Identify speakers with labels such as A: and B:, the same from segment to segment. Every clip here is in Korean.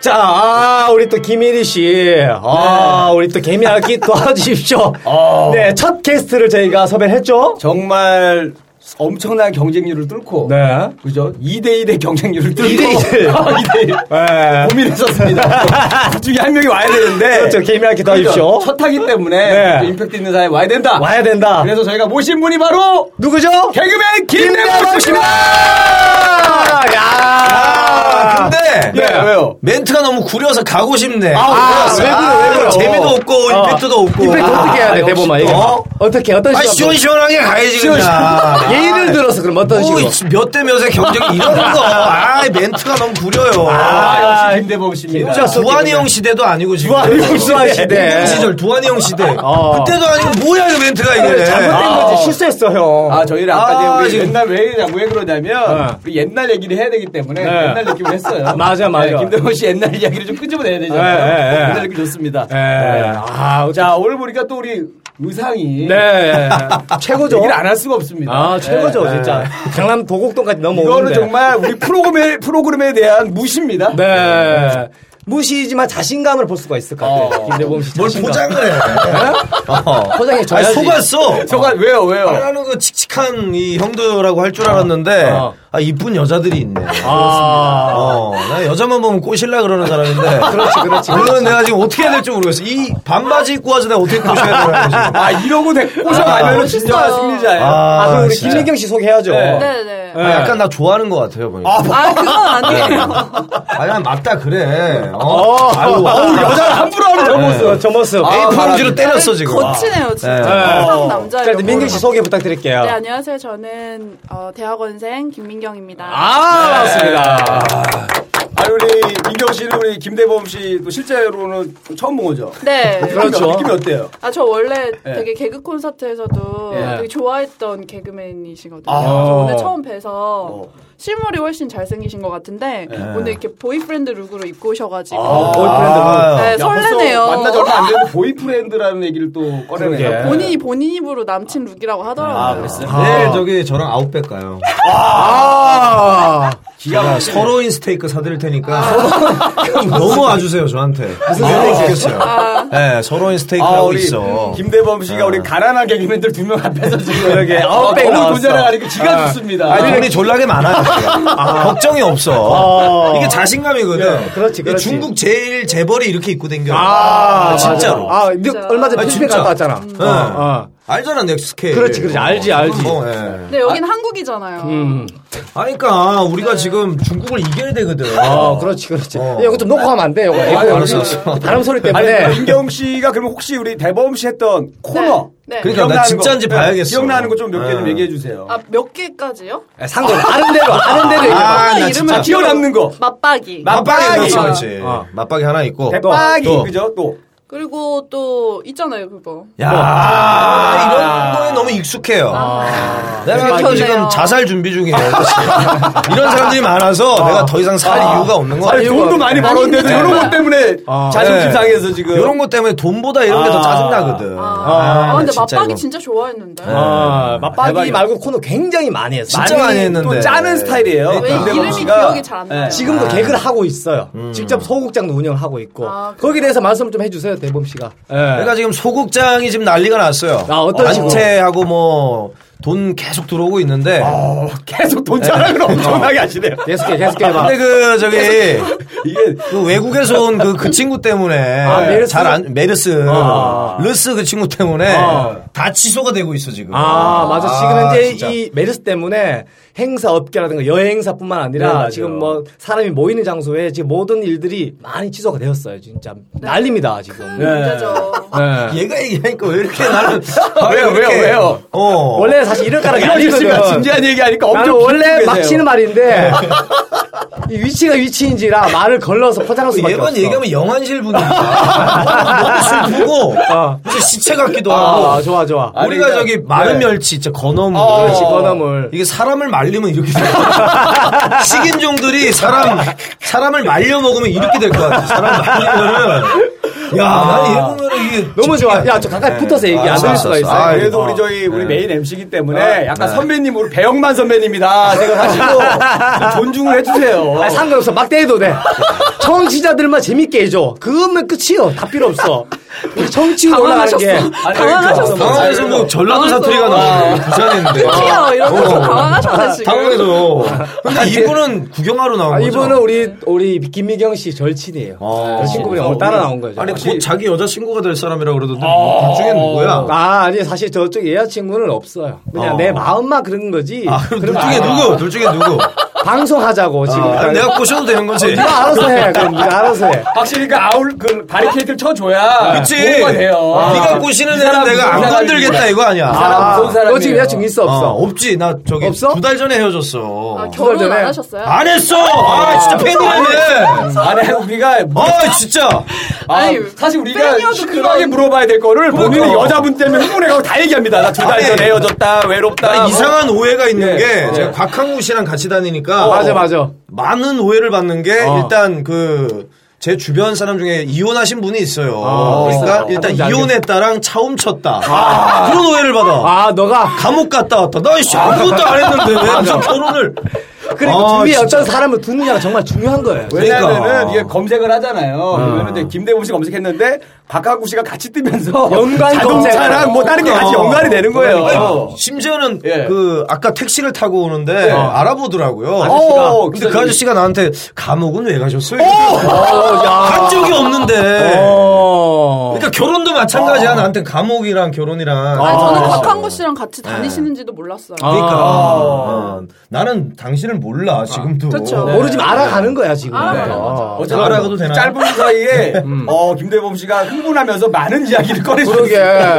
A: 자, 아, 우리 또 김일희 씨. 아, 우리 또 개미알기 도와주십시오.
B: 어.
A: 네, 첫 게스트를 저희가 섭외했죠.
B: 정말 엄청난 경쟁률을 뚫고
A: 네.
B: 그죠? 2대1의 경쟁률을 뚫고
A: 2대1.
B: 아, 2대1.
A: 네.
B: 고민했었습니다. 그 중에 한 명이 와야 되는데
A: 그렇죠. 개미알기 도와주십시오.
B: 첫 타기 때문에
A: 네.
B: 그 임팩트 있는 사람이 와야 된다.
A: 와야 된다.
B: 그래서 저희가 모신 분이 바로
A: 누구죠?
B: 개그맨 김대범
A: 김대범
B: 씨입니다.
A: 씨입니다! 야!
C: 아, 근데
A: 예, 왜요?
C: 멘트가 너무 구려서 가고 싶네.
A: 아,
C: 구려서.
A: 왜 그래, 왜 그래.
C: 재미도 없고
A: 어.
C: 임팩트도 없고.
A: 임팩트
C: 아,
A: 어떻게 해야 돼,
C: 역시
A: 대범아. 이게.
C: 또.
A: 어떻게, 어떤
C: 아니
A: 식으로?
C: 시원시원하게 아, 가야지 그냥.
A: 예의를 들어서 그럼 어떤 식으로?
C: 몇대 몇의 경쟁이 이러는 거. 아, 멘트가 너무 구려요.
B: 아,
C: 아,
A: 아,
B: 역시 김대범 씨입니다.
A: 진짜 썩-
C: 두한이 형 시대도 아니고 지금.
A: 두한이 형 시대. 네.
C: 공공 시절 아, 두한이 형 시대.
A: 어.
C: 그때도 아니고 뭐야 이 멘트가 아, 이게.
A: 잘못된 거지. 실수했어, 형.
B: 아, 저희는 아까
C: 아,
B: 이제 우리
C: 지금-
B: 옛날 왜 그러냐고 왜 그러냐면
A: 네.
B: 우리 옛날 얘기를 해야 되기 때문에
A: 네.
B: 옛날 느낌을 했어요. 네,
A: 맞아, 맞아.
B: 김대범 씨 옛날 이야기를 좀 끄집어내야
A: 네,
B: 되잖아요.
A: 네, 네.
B: 옛날 느낌 좋습니다.
A: 예. 아,
B: 자, 오늘 보니까 또 우리 의상이
A: 네. 최고죠.
B: 얘기를 안 할 수가 없습니다.
A: 아, 최고죠,
B: 네.
A: 진짜. 강남 도곡동까지 넘어오는데.
B: 이거는 정말 우리 프로그램에, 프로그램에 대한 무시입니다.
A: 네. 무시지만 자신감을 볼 수가 있을 것 같아요.
B: 어.
A: 김대범 씨.
C: 뭘
A: 자신감.
C: 포장을 해.
A: 아,
C: 어.
A: 포장해
C: 아니,
A: 줘야지.
C: 속았어.
A: 아.
B: 저가 왜요, 왜요?
C: 말하는 그 칙칙한 이 형도라고 할 줄 알았는데
A: 어.
C: 아 이쁜 여자들이 있네.
A: 아.
C: 어, 나 여자만 보면 꼬실라 그러는 사람인데.
A: 그렇지, 그렇지.
C: 물론 내가 지금 어떻게 해야 될지 모르겠어. 이 반바지 입고 와서 내가 어떻게 꼬셔야 되나 지금.
B: 아, 이러고 데꼬셔 가면 진정한
D: 멋있어요.
B: 승리자예요.
A: 아, 그럼 우리
C: 진짜.
A: 김민경 씨 소개해야죠.
B: 네.
D: 네네.
C: 아, 약간 나 좋아하는 것 같아요 보니까. 아,
D: 아, 그건 안 돼요.
C: 그냥 맞다 그래. 어,
A: 어.
C: 아유,
A: 어우,
C: 아,
A: 여자를 함부로 하는 저 모습. 저 모습.
B: 아,
A: 에이,
C: A4용지로 때렸어 지금.
D: 아, 거치네요, 진짜.
C: 네.
D: 항상
A: 어.
D: 남자예요.
A: 자, 일단 민경 씨 소개 부탁드릴게요.
D: 네, 안녕하세요. 저는 어, 대학원생 김민경입니다.
A: 아, 맞습니다.
B: 아니, 우리 민경 씨는 우리 김대범 씨도 실제로는 처음 본 거죠?
D: 네.
A: 그렇죠.
B: 느낌이 어때요?
D: 아, 저 원래
B: 네.
D: 되게 개그 콘서트에서도
B: 예.
D: 되게 좋아했던 개그맨이시거든요.
B: 아.
D: 그래서 오늘 처음 뵈서
B: 어.
D: 실물이 훨씬 잘생기신 것 같은데 오늘 이렇게 보이프렌드 룩으로 입고 오셔가지고
A: 아.
D: 네,
B: 야, 벌써
D: 설레네요.
B: 만나지 얼마 안 됐는데 보이프렌드라는 얘기를 또
A: 그러게.
B: 꺼내네요.
D: 본인이 본인 입으로 남친 룩이라고 하더라고요.
C: 내일 저기 저랑 아웃백 가요.
A: 아.
B: 기가
C: 야,
B: 막히네.
C: 서로인 스테이크 사드릴 테니까 너무 와주세요 저한테.
A: 아.
C: 무슨 스테이크였어요? 네, 서로인
B: 아,
C: 스테이크라고
B: 우리
C: 있어.
B: 김대범 씨가 우리 가난한 개그맨들 두 명 앞에서 지금
A: 아. 그러게.
B: 아,
A: 아웃백
B: 너무
A: 나왔어.
B: 돈 자랑하니까 기가 죽습니다.
C: 아니, 돈이 졸라게 많아요. 지금. 걱정이 없어.
A: 아.
C: 이게 자신감이거든.
A: 예, 그렇지, 그렇지.
C: 중국 제일 재벌이 이렇게 입고 댕겨.
A: 아,
C: 진짜로.
A: 아, 근데
D: 진짜.
A: 얼마 전에
C: 아,
A: 필리핀
C: 진짜.
A: 갔다 왔잖아.
D: 음.
C: 예.
A: 어.
C: 알잖아, 넥스케이.
A: 그렇지, 그렇지. 알지, 알지.
C: 뭐, 예.
D: 네, 여기는 한국이잖아요.
C: 아니, 그러니까, 우리가 지금 중국을 이겨야 되거든.
A: 어, 네. 그렇지, 그렇지.
C: 어.
A: 이거 좀 녹화하면 안 돼, 이거.
B: 아,
A: 이거
B: 알았어,
C: 알았어.
A: 바람 소리
B: 아니,
A: 때문에.
B: 그럼 민경 씨가 그러면 혹시 우리 대범 씨 했던 코너
D: 네.
C: 그러니까 나
B: 기억나는
C: 진짜인지
B: 거,
C: 봐야겠어.
B: 기억나는 거 좀 몇 개 좀
C: 네.
B: 얘기해 주세요.
D: 아, 몇 개까지요?
A: 상대 아는 대로, 아는 대로 얘기해.
C: 아,
D: 코너
C: 나 진짜.
D: 이름을
B: 기어 남는 거.
D: 맞박이.
C: 맞박이 그렇지,
B: 맞박이.
C: 그렇지.
A: 어.
C: 맞박이 하나 있고.
A: 대박.
B: 대박이
C: 또.
B: 그죠? 또
D: 그리고 또 있잖아요, 그거.
C: 야,
A: 뭐. 아.
C: 이런 거에 너무 익숙해요. 내가
D: 그렇네요.
C: 지금 자살 준비 중이에요. 이런 사람들이 많아서 내가 더 이상 살 이유가 없는 거
B: 아니
C: 같아요.
B: 돈도 많이 벌었는데
C: 아니,
B: 이런
C: 근데-
B: 것 때문에 자존심 상해서 지금
A: 그
C: 이런 것 때문에 돈보다 이런 게 더 짜증나거든.
D: 아, 아, 근데 맞박이 진짜 좋아했는데.
A: 아, 맞박이
B: 대박이다.
A: 말고 코너 굉장히 많이 했어.
C: 진짜 많이 했는데.
B: 또 짜는 스타일이에요.
C: 왜
D: 왜
B: 김대범
D: 이름이
B: 씨가.
D: 기억이 잘 안 나요?
B: 네.
A: 지금도 개그를 하고 있어요. 직접 소극장도 운영을 하고 있고.
D: 아, 그래요?
A: 거기에 대해서 말씀 좀 해주세요, 대범 씨가. 예.
C: 그러니까 지금 소극장이 지금 난리가 났어요.
A: 아, 어떤 식으로?
C: 단체하고 뭐, 돈 계속 들어오고 있는데.
A: 아,
B: 어, 계속 돈 자랑을 엄청나게 하시네요.
A: 계속해, 계속해 해봐.
C: 근데 그, 저기,
B: 이게
C: 그 외국에서 온 그 그 친구 때문에.
A: 아, 메르스?
C: 잘 안, 메르스.
A: 아.
C: 르스 그 친구 때문에.
A: 아.
C: 다 취소가 되고 있어, 지금.
A: 아, 맞아.
C: 아,
A: 지금 이제
C: 진짜.
A: 이 메르스 때문에 행사 업계라든가 여행사뿐만
B: 네,
A: 아니라
B: 맞아요.
A: 지금 뭐 사람이 모이는 장소에 지금 모든 일들이 많이 취소가 되었어요. 진짜
D: 네.
A: 난립니다, 지금.
D: 큰 문제죠.
A: 예.
C: 얘가 얘기하니까 왜 이렇게 나는.
B: 아, 왜요, 왜요,
C: 이렇게-
B: 왜요?
C: 어.
A: 원래 사실 이럴 까라
B: 이런 일이면 진지한 얘기하니까
A: 나는
B: 엄청
A: 원래
B: 기쁘게
A: 막
B: 되세요.
A: 치는 말인데 이 위치가 위치인지라 말을 걸러서 포장할 수밖에
C: 그 얘만
A: 그 없어.
C: 얘기하면 영안실 분위기야. 너무 슬프고, 무슨 시체 같기도 하고.
A: 아, 좋아 좋아.
B: 아니,
C: 우리가
B: 그러니까-
C: 저기 마른
B: 네.
C: 멸치 진짜 건어물
B: 어, 그렇지,
A: 건어물.
C: 이게 사람을 말리면 이렇게 돼요 식인종들이 사람들이 사람 사람을 말려 먹으면 이렇게 될 것 같아. 사람 말리면은 야난 이거 보면은 이게
A: 너무 좋아. 야, 저 가까이 붙어서 얘기 안 들을 수가 있어요.
B: 아, 그래도 우리 저희 우리 메인 MC이기 때문에 약간 선배님으로 배영만 선배님이다 생각하시고 좀 존중을 해주세요.
A: 아, 상관없어. 막 때려도 돼. 청취자들만 재밌게 해줘. 그거면 끝이요. 다 필요 없어. 우리 청취율 올라가는 게.
D: 당황하셨어.
B: 아니,
D: 당황하셨어.
C: 당황해서 뭐 전라도
D: 당황했어.
C: 사투리가 나오네 부산인데
D: 튀어 이러면서
C: 어.
D: 당황하셨어 지금.
C: 당황해서 근데 아, 이분은 구경하러 나온
A: 아,
C: 거죠?
A: 이분은 우리, 우리 김미경 씨 절친이에요.
C: 아.
A: 그 친구분이 오늘 따라 나온 거죠.
C: 아니 그 곧 자기 여자친구가 될 사람이라 그러던데 둘 중에 누구야?
A: 아, 아니, 사실 저쪽 여자친구는 없어요. 그냥
C: 어.
A: 내 마음만 그런 거지.
C: 아, 그럼 둘
A: 그런
C: 중에
A: 거 아니야.
C: 누구? 둘 중에 누구?
A: 방송하자고, 지금.
C: 아, 내가 꼬셔도 되는 거지?
A: 네가 알아서 해. 그럼 네가 알아서 해.
B: 확실히 그 아울 그 바리케이트를 쳐줘야
C: 그치? 아.
B: 뭐가 돼요. 아.
C: 네가 꼬시는
B: 이 사람
C: 애는 내가 안
B: 무슨
C: 건들겠다
B: 사람이야.
C: 이거 아니야? 어.
B: 사람
A: 아,
B: 무서운 사람이에요.
A: 너 지금 여자친구 있어, 없어?
C: 없지나 저기
A: 없어?
C: 두 달 전에 헤어졌어.
D: 아, 결혼
A: 전에.
D: 안 하셨어요?
C: 안 했어. 아 진짜 팬이라네.
B: 아니 우리가
C: 아 진짜.
B: 아,
D: 아니,
B: 사실 우리가
D: 팬이어도
B: 시끄럽게
D: 그런-
B: 물어봐야 될 거를 본인은
C: 그러니까.
B: 여자분 때문에 흥분해가고 다 얘기합니다. 나 두 달
C: 아니,
B: 전에 헤어졌다 외롭다.
A: 아,
C: 나
B: 뭐.
C: 이상한 오해가 있는
B: 예.
C: 게
B: 어.
C: 제가 곽한구 씨랑 같이 다니니까
A: 네. 어, 맞아, 맞아.
C: 많은 오해를 받는 게
A: 어.
C: 일단 그. 제 주변 사람 중에 이혼하신 분이 있어요.
A: 어,
C: 그러니까
A: 있어요.
C: 일단
A: 뭔지 알겠어.
C: 이혼했다랑 차훔쳤다. 그런 오해를 받아.
A: 아, 너가.
C: 감옥 갔다 왔다. 나 이씨 아무것도 안 했는데 왜 무슨 결혼을?
A: 그리고
C: 아,
A: 주위에
C: 진짜.
A: 어떤 사람을 두느냐가 정말 중요한 거예요.
B: 왜냐면은
C: 그러니까. 음.
B: 이게 검색을 하잖아요. 그러면 이제 김대범 씨 검색했는데 박하구 씨가 같이 뜨면서
A: 연관 검색.
B: 자동차랑 뭐 다른 게 같이
C: 어.
B: 연관이 되는 거예요.
C: 아니, 심지어는
B: 예.
C: 그 아까 택시를 타고 오는데 알아보더라고요.
B: 아저씨가.
C: 어, 근데 그
B: 기사님이.
C: 아저씨가 나한테 감옥은 왜 가셨어요?
A: 아,
C: 간 적이 없는데.
A: 어.
C: 그러니까 결혼도 마찬가지야. 나한테 감옥이랑 결혼이랑.
D: 아니, 어. 저는
C: 아.
D: 곽한구 씨랑 같이 다니시는지도 몰랐어요.
C: 그러니까
A: 아.
C: 어, 나는 당신을 몰라 지금도.
D: 그쵸.
A: 네. 모르지만 알아가는 거야 지금.
D: 알아가는
A: 어.
B: 네. 어쨌든
C: 알아가도 되나요? 음.
B: 짧은 사이에 어, 김대범 씨가 흥분하면서 많은 이야기를 꺼내서
A: 그러게.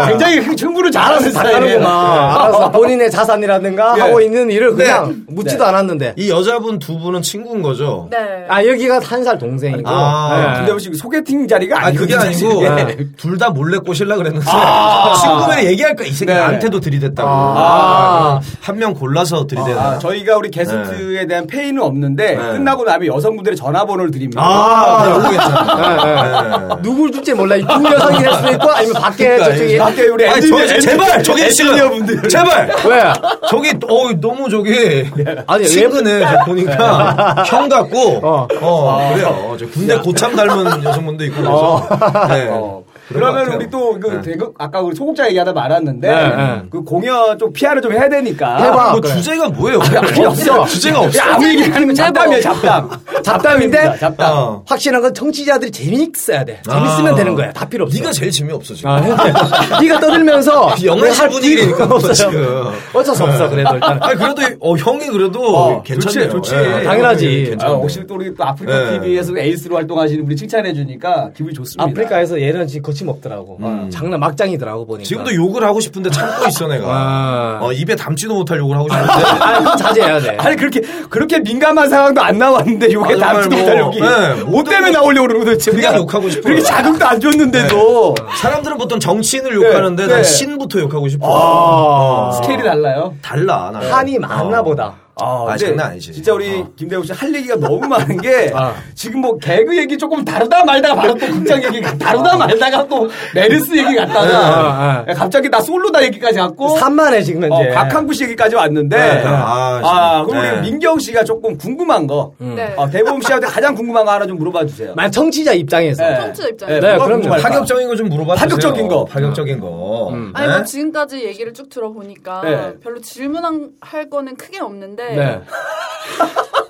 B: 굉장히 흥- 흥분을
A: 네.
B: 잘하는
A: 알아서
B: 스타일이에요.
A: 잘하는구만. 알아서 본인의 자산이라든가
B: 예.
A: 하고 있는 일을 그냥 묻지도 않았는데.
C: 이 여자분 두 분은 친구인 거죠.
D: 네.
A: 아 여기가 한 살 동생이고.
C: 아,
A: 예.
B: 김대범 씨 소개팅 자리가 네.
C: 아
B: 아니고
C: 그게 아니고
B: 예.
C: 네. 둘 다 몰래 꼬실라 그랬는데 친구면 얘기할 거야 이 새끼
B: 네.
C: 나한테도 들이댔다고 한 명 골라서 들이대는
B: 아, 저희가 우리
C: 네.
B: 게스트에 대한 페이는 없는데 끝나고 나면 여성분들의 전화번호를 드립니다.
C: 아, 네, 알고
A: 예,
C: 괜찮아.
A: 예. 누굴 줄지 몰라. 이두 여성일 수도 있고 아니면 밖에 저쪽에
B: 밖에 우리
C: 아니,
B: 네. 엔지니어
C: 저기, 제발, 저기 지금,
B: 엔지니어분들
C: 제발!
A: 왜?
C: 저기, 어 너무 저기,
A: 아니,
C: 친근해. 저 보니까, 형 같고,
A: 어. 아.
C: 어, 그래요. 어, 저 군대 고참 닮은 여성분도 있고, 그래서. 네.
B: 어.
C: 그런
B: 그러면
C: 것 같아요. 네.
B: 우리 또, 그, 대극, 아까 우리 소극장 얘기하다 말았는데,
A: 네, 네.
B: 그 공연 좀 피아를 좀 해야 되니까.
A: 해봐.
C: 뭐
A: 아, 그래.
C: 주제가 뭐예요?
A: 없어.
C: 주제가 없어.
B: 야, 아무 얘기 안 하면
D: 김대범.
B: 잡담이야, 잡담.
A: 잡담인데
B: 잡담.
C: 어.
A: 확실한 건 청취자들이 재밌어야 돼. 재밌으면
C: 아.
A: 되는 거야. 다 필요 없어.
C: 네가 제일 재미없어, 지금.
A: 아, 네가 떠들면서
C: 영화 실 분위기니까,
A: 없어요.
C: 지금.
A: 어쩔 수 없어 그래도 일단.
C: 아니, 그래도, 어, 형이 그래도
B: 어,
C: 괜찮네요.
B: 좋지, 좋지.
C: 예,
A: 당연하지.
C: 형이
B: 아,
C: 괜찮네요.
B: 혹시 또 우리 또 아프리카
C: 네.
B: TV에서 에이스로 활동하시는 분이 칭찬해주니까 기분이 좋습니다.
A: 아프리카에서 얘는 지금 거침없더라고.
B: 음.
A: 아, 장난 막장이더라고 보니까.
C: 지금도 욕을 하고 싶은데 참고 있어, 내가.
A: 아.
C: 어, 입에 담지도 못할 욕을 하고 싶은데.
A: 아, 이건 자제해야 돼.
B: 아니, 그렇게, 그렇게 민감한 상황도 안 나왔는데, 요게
C: 아, 정말
B: 남지도
C: 뭐,
B: 못할 여기.
C: 네,
B: 뭐 때문에 나오려고 그러는 거지
C: 그냥 욕하고 싶어요.
B: 그렇게
C: 네.
B: 자극도 안 줬는데도.
C: 사람들은 보통 정치인을 욕하는데
B: 네.
C: 난 신부터 욕하고 싶어.
A: 아.
B: 스케일이 달라요.
C: 달라. 나는.
A: 한이 많나 보다.
B: 아,
C: 아,
B: 근데
C: 장난 아니지.
B: 진짜 우리
C: 어.
B: 김대우 씨 할 얘기가 너무 많은 게
A: 아.
B: 지금 뭐 개그 얘기 조금 다르다 말다가 바로 또 극장 얘기 가- 다르다 말다가 또 메르스 얘기 갔다가
C: 아,
A: 네, 네, 네.
B: 갑자기 나 솔로다 얘기까지 갔고
A: 산만해 지금
B: 어,
A: 현재.
B: 박한구 씨 얘기까지 왔는데
C: 네, 네.
B: 아,
C: 아,
B: 그럼
C: 네.
B: 우리 민경 씨가 조금 궁금한 거
A: 음.
D: 네.
B: 어, 대범 씨한테 가장 궁금한 거 하나 좀 물어봐 주세요.
A: 만 청취자 입장에서.
B: 네.
D: 청취자 입장에서.
A: 네,
B: 뭐가
A: 그럼요.
B: 궁금할까?
C: 파격적인 거 좀 물어봐. 주세요.
B: 파격적인 거. 음.
C: 파격적인 거.
D: 아니
C: 네?
D: 뭐 지금까지 얘기를 쭉 들어보니까
B: 네.
D: 별로 질문할 거는 크게 없는데
A: 네.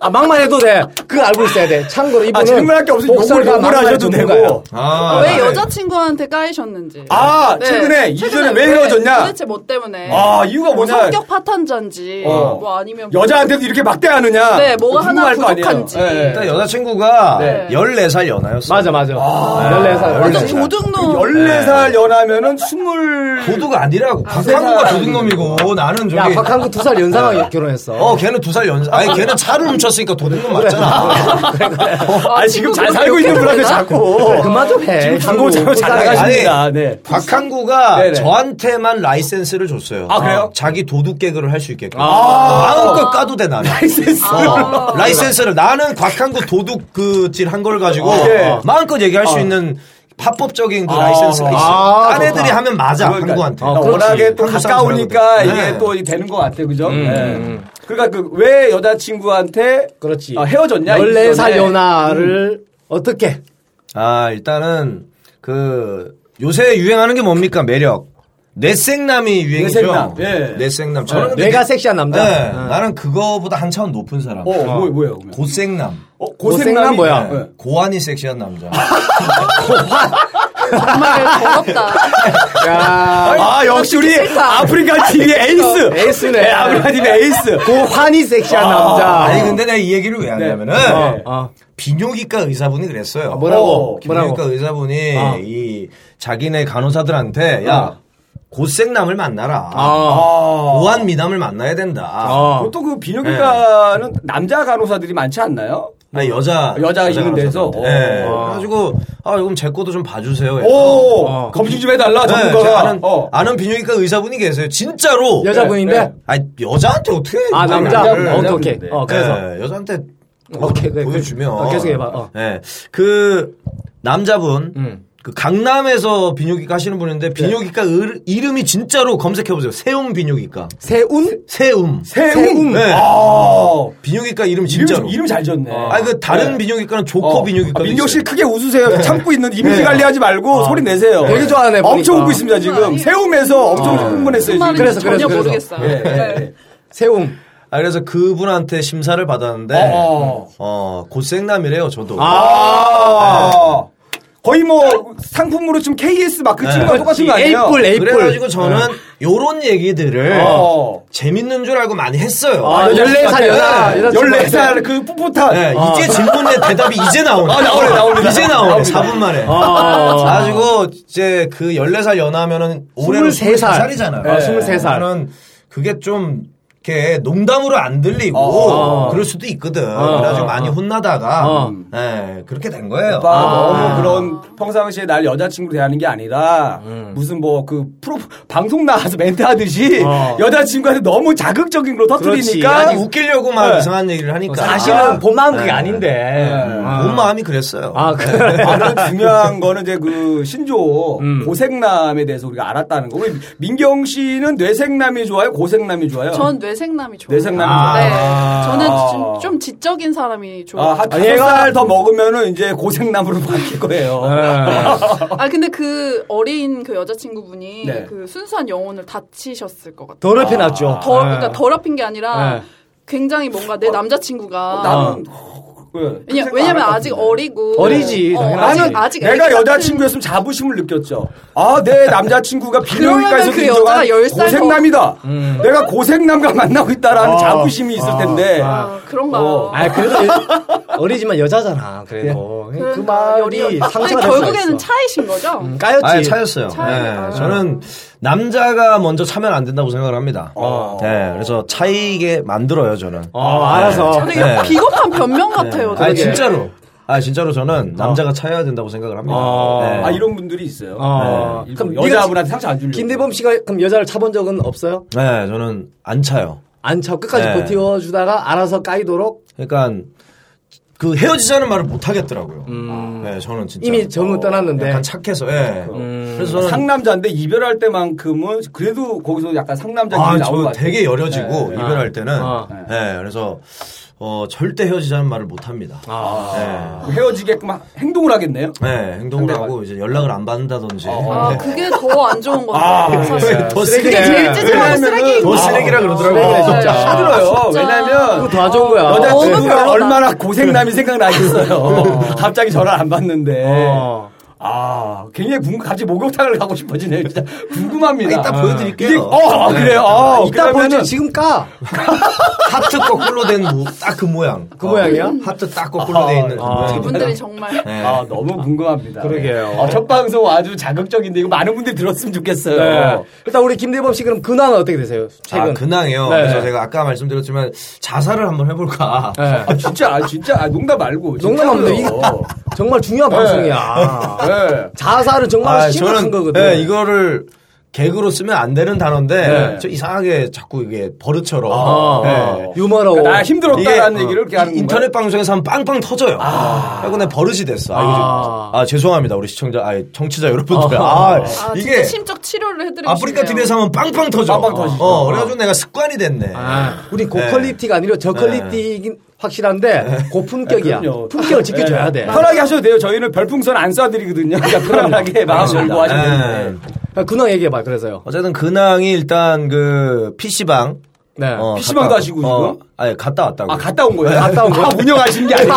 A: 아, 막말 해도 돼. 그거 알고 있어야 돼. 참고로 이분은
B: 아, 질문할 게 없으면 욕을,
A: 복설과
B: 욕을
A: 막말
B: 하셔도
A: 전문가예요.
B: 되고.
C: 아,
D: 왜
C: 네.
D: 여자친구한테 까이셨는지 네.
B: 아, 최근에 이전에 왜 헤어졌냐?
D: 도대체 뭐 때문에
B: 아, 이유가
D: 뭐
B: 뭐냐?
D: 성격 파탄자인지
B: 어.
D: 뭐 아니면 뭐-
B: 여자한테도 이렇게 막대하느냐?
D: 네, 뭐가
B: 궁금할
D: 하나
B: 거 아니에요.
D: 부족한지.
B: 예, 예.
C: 일단 여자친구가
D: 네.
C: 14살 연하였어.
A: 맞아, 맞아.
D: 완전
A: 14살.
C: 열네.
D: 도둑놈
B: 14살 연하면은 20.
C: 도두가 아니라고. 박한구가 도둑놈이고 나는 저기.
B: 네.
A: 야, 박한구 두 살 연상하고 결혼했어.
C: 어, 걔는 두 살 연. 아니, 걔는 차를 훔쳤어 나왔으니까 도둑놈
B: 네.
C: 맞잖아.
D: 아,
B: 아, 지금 잘 살고 있는 분한테 자꾸.
A: 네, 그만 좀 해.
B: 지금 당구 잘잘
A: 아니,
B: 나가십니다. 네.
C: 박항구가
B: 네네.
C: 저한테만 라이센스를 줬어요.
B: 아, 그래요?
C: 자기 도둑 개그를 할 수 있게끔.
B: 아.
C: 마음껏 까도 돼 나는.
B: 라이센스.
D: 아.
C: 어, 라이센스를 나는 곽한구 도둑 그질 한 걸 가지고
B: 어, 네.
C: 마음껏 얘기할 수 있는 파법적인 그 라이센스가 있어.
A: 아,
C: 딴
A: 좋다.
C: 애들이 하면 맞아
B: 그러니까
C: 한구한테.
B: 어, 워낙에 또
C: 한국
B: 가까우니까
C: 사람들하고.
B: 이게
C: 네.
B: 또 되는 것 같아요, 그죠? 네. 그러니까 그 왜 여자친구한테
A: 그렇지.
B: 아, 헤어졌냐?
A: 14살
B: 이전에. 음.
A: 연하를 어떻게?
C: 아 일단은 그 요새 유행하는 게 뭡니까 매력. 뇌생남이 유행이죠.
B: 뇌생남, 예.
C: 뇌생남. 저는 근데
A: 내가 섹시한 남자.
C: 네,
A: 어.
C: 나는 그거보다 한 차원 높은 사람.
B: 어, 뭐, 뭐예요? 그러면?
C: 고생남.
B: 어,
A: 고생남 뭐야?
B: 네.
C: 고환이 섹시한 남자.
D: 정말 더럽다.
A: 야,
B: 아, 역시 우리 아프리카 TV 에이스!
A: 에이스네. 그
B: 네, 아프리카 TV 에이스!
A: 고환이 섹시한 남자.
C: 아니 근데 내가 이 얘기를 왜 하냐면은
B: 어. 네.
A: 어.
C: 비뇨기과 의사분이 그랬어요.
A: 뭐라고?
C: 어, 비뇨기과
A: 뭐라고?
C: 의사분이 이 자기네 간호사들한테 야 고생남을 만나라.
B: 아.
C: 고환 미남을 만나야 된다.
A: 어.
B: 보통 그 비뇨기과는 남자 간호사들이 많지 않나요?
C: 아, 여자
B: 여자 있는 데서?
C: 간호사분한테. 네.
B: 어.
C: 그래가지고 아 그럼 제 것도 좀 봐주세요. 해서.
B: 오!
A: 어.
B: 검증 좀 해달라,
C: 네,
B: 전문가가.
C: 아는,
B: 어.
C: 아는 비뇨기과 의사분이 계세요. 진짜로.
A: 여자분인데?
B: 네, 네.
C: 아 여자한테 어떻게?
A: 아, 남자?
B: 남자를 네.
A: 어, 오케이, 오케이.
B: 남자인데.
A: 어, 그래서.
C: 예, 여자한테
A: 오케이,
B: 네,
A: 그래,
C: 보여주면
B: 아,
A: 그래. 어, 계속 해봐, 어.
C: 예, 그 남자분
B: 음.
C: 그 강남에서 비뇨기과 하시는
B: 네.
C: 분인데 비뇨기과 을- 이름이 진짜로 검색해 보세요. 세움 비뇨기과.
A: 세운?
C: 세움.
A: 세움?
C: 네.
B: 아.
C: 비뇨기과
B: 이름,
C: 이름 진짜로.
B: 좀- 이름 잘 졌네.
C: 아니 그 다른 비뇨기과는 조커 비뇨기과.
B: 아, 민경 씨 크게 웃으세요. 참고 있는 이미지 관리하지 말고 소리 내세요.
A: 네. 아. 되게 좋아하네,
B: 엄청
A: 보니까. 아.
B: 웃고 있습니다 지금.
D: 정말.
B: 세움에서 엄청 흥분했어요
D: 무슨
B: 지금.
D: 말인지
A: 그래서,
D: 전혀
A: 그래서, 그래서.
D: 모르겠어요.
B: 예, 예,
D: 네.
B: 예.
A: 세움.
C: 아 그래서 그분한테 심사를 받았는데
B: 어.
C: 어 고생남이래요 저도.
A: 네.
C: 어.
B: 아. 거의 뭐 상품으로 지금 KS 마크
C: 네.
B: 찍은 거랑 똑같은 거 아니에요?
A: 에이뿔, 에이뿔.
C: 그래가지고 저는 요런 얘기들을
B: 네. 어. 네.
C: 재밌는 줄 알고 많이 했어요.
A: 아, 14살 여자.
C: 네.
A: 여자 친구.
B: 14살 그 풋풋한.
C: 네, 이제 질문에 대답이 이제 나오네.
B: 아, 나오네, 아. 나옵니다.
C: 이제 나오네.
B: 나옵니다.
C: 4분 만에.
A: 아.
C: 그래가지고 이제 그 14살 연하면은 올해는
A: 23 살.
C: 23살이잖아요.
A: 아, 23 살.
C: 저는 그게 좀 이렇게 농담으로 안 들리고
B: 어.
C: 그럴 수도 있거든.
A: 어.
C: 그래가지고 많이 혼나다가
A: 어. 뭐,
C: 네, 그렇게 된 거예요.
B: 오빠 너무 아, 뭐,
A: 아.
B: 그런 평상시에 날 여자친구로 대하는 게 아니라
A: 음.
B: 무슨 뭐 그 프로 방송 나가서 멘트 하듯이
A: 어.
B: 여자친구한테 너무 자극적인 걸로 터뜨리니까
C: 아니, 웃기려고 막
B: 네.
C: 이상한 얘기를 하니까.
A: 뭐, 사실은
B: 아,
A: 본 마음 그게 아닌데.
C: 아, 온 마음이 그랬어요.
A: 아, 그래.
B: 아, 그리고 중요한 거는 이제 그 신조
A: 음.
B: 고생남에 대해서 우리가 알았다는 거. 우리 민경 씨는 뇌생남이 좋아요? 고생남이 좋아요?
D: 전 뇌생남이 좋아요.
B: 뇌생남이
D: 네.
B: 좋아요.
D: 저는
B: 아.
D: 좀, 좀 지적인 사람이
B: 아,
D: 좋아요.
B: 한
A: 아, 얘가- 네.
B: 5살 더 먹으면은 이제 고생남으로 바뀔 거예요.
D: 아 근데 그 어린 그 여자친구분이
B: 네.
D: 그 순수한 영혼을 다치셨을 것 같아요.
A: 더럽게 났죠.
D: 더 그러니까 더럽힌 게 아니라
A: 네.
D: 굉장히 뭔가 내 남자친구가
B: 나는
A: 아.
B: 어, 그
D: 왜냐,
B: 어, 생각 안
D: 왜냐면
B: 할
D: 아직
B: 것 같은데.
D: 어리고
A: 어리지, 당연하지.
D: 아직 아직
B: 내가
D: 애기 같은-
B: 여자친구였으면 자부심을 느꼈죠. 아, 내 남자친구가 비뇨기과에서
D: 그러면은 그
B: 인정한
D: 여자가 열살 더-
B: 고생남이다.
A: 음.
B: 내가 고생남과 만나고 있다라는
A: 어.
B: 자부심이 있을 텐데.
D: 아, 그런가.
B: 어.
A: 아, 그래도 여- 어리지만 여자잖아. 그래도.
C: 예.
A: 그 말이 상처가 될수
D: 결국에는
A: 있어.
D: 차이신 거죠?
A: 까였지.
C: 아예 차였어요.
D: 차이.
C: 네,
D: 아.
C: 저는 남자가 먼저 차면 안 된다고 생각을 합니다.
B: 어.
C: 네, 그래서 차이게 만들어요 저는.
A: 어, 알아서.
D: 되게
C: 네.
D: 비겁한 변명 같아요.
C: 아
D: 되게.
C: 진짜로. 아 진짜로 저는 남자가 차야 된다고 생각을 합니다.
A: 어.
C: 네.
B: 아, 이런 분들이 있어요.
A: 어.
B: 네.
A: 그럼
C: 그러니까
B: 여자분한테 상처 안 주려고.
A: 김대범 씨가 그럼 여자를 차본 적은 없어요?
C: 네, 저는 안 차요.
A: 안 차. 끝까지
C: 네.
A: 버텨주다가 알아서 까이도록
C: 그러니까 그 헤어지자는 말을 못 하겠더라고요. 네, 저는 진짜
A: 이미 네. 정은 떠났는데.
C: 약간 착해서. 예.
B: 음.
C: 그래서 저는
B: 상남자인데 이별할 때만큼은 그래도 거기서 약간 상남자
C: 아,
B: 기분이 나오는 것
C: 저
B: 같아요.
C: 되게 여려지고 이별할 때는
A: 아.
C: 네, 그래서 어, 절대 헤어지자는 말을 못 합니다.
B: 아. 그 헤어지게끔 하- 행동을 하겠네요.
C: 네, 행동을 하고 이제 연락을 안 받는다든지.
D: 아,
C: 네.
D: 그게 더 안 좋은 것 같아요. 사실.
C: 네, 더
A: 쓰레기네.
D: 그게 제일 찌질하고
B: 왜냐면은
D: 쓰레기인
C: 더
D: 거.
C: 쓰레기라
A: 쓰레기네,
C: 그러더라고요.
A: 진짜.
D: 아,
B: 힘들어요.
D: 진짜.
A: 그거
B: 왜냐면
A: 더 안 좋은 거야.
D: 너무
B: 여자친구가
C: 어.
D: 별로다.
B: 얼마나 고생남이 생각나겠어요. 갑자기 전화를 안 받는데.
A: 어.
B: 아, 굉장히 궁금, 갑자기 목욕탕을 가고 싶어지네요. 진짜 궁금합니다.
C: 아, 이따 보여드릴게요.
B: 이게- 어, 아, 그래요. 아,
A: 이따
B: 그러면은
A: 보여줘 지금 까.
C: 하트 거꾸로 된 딱 그 모양.
A: 그 모양이야?
C: 하트 딱 거꾸로 돼 있는 그 모양.
D: 이분들이 정말
C: 네.
B: 아, 너무 궁금합니다.
C: 그러게요.
B: 아, 첫 방송 아주 자극적인데 이거 많은 분들이 들었으면 좋겠어요.
A: 네. 일단 우리 김대범 씨 그럼 근황은 어떻게 되세요? 최근.
C: 아, 근황이요.
A: 네.
C: 그래서 제가 아까 말씀드렸지만 자살을 한번 해볼까.
A: 네.
B: 아, 진짜, 아, 진짜, 아, 농담 말고.
A: 농담합니다.
B: 진짜로요.
A: 이거 정말 중요한 방송이야.
B: 네.
A: 자살은 정말
C: 아,
A: 심각한
C: 저는
A: 거거든.
C: 네, 이거를 개그로 쓰면 안 되는 단어인데
B: 네.
C: 저 이상하게 자꾸 이게 버릇처럼
B: 아.
C: 네.
A: 어, 유머로.
B: 그러니까 나 힘들었다라는
C: 이게,
B: 얘기를 이렇게 하는
C: 이-
B: 거예요.
C: 인터넷 방송에서 하면 빵빵 터져요. 아. 그래고 내 버릇이 됐어. 아, 이거 좀-
A: 아.
C: 아, 죄송합니다. 우리 시청자, 아, 청취자 여러분들. 아,
D: 아,
C: 이게
D: 진짜 심적 치료를 해드리고
C: 아프리카
D: 싶네요.
C: TV에서 하면 빵빵 터져.
B: 빵빵 터지죠.
C: 어, 그래가지고 내가 습관이 됐네.
A: 아, 우리
C: 네.
A: 고퀄리티가 아니라 저퀄리티이긴 확실한데 고품격이야.
B: 네. 아, 그럼요.
A: 품격을 지켜줘야
B: 네.
A: 돼.
B: 편하게 하셔도 돼요. 저희는 별풍선 안 쏴드리거든요. 그러니까 편하게 마음 열고 뭐 하시면
C: 네.
B: 되는데.
A: 아, 근황 얘기해봐. 그래서요.
C: 어쨌든 근황이 일단 그 PC방.
A: 네.
C: 어,
B: PC방 도 하시고 지금?
C: 아니, 갔다 왔다고.
B: 아, 갔다 온 거예요?
A: 갔다 온 거예요?
B: 아, 운영하시는 게 아니고.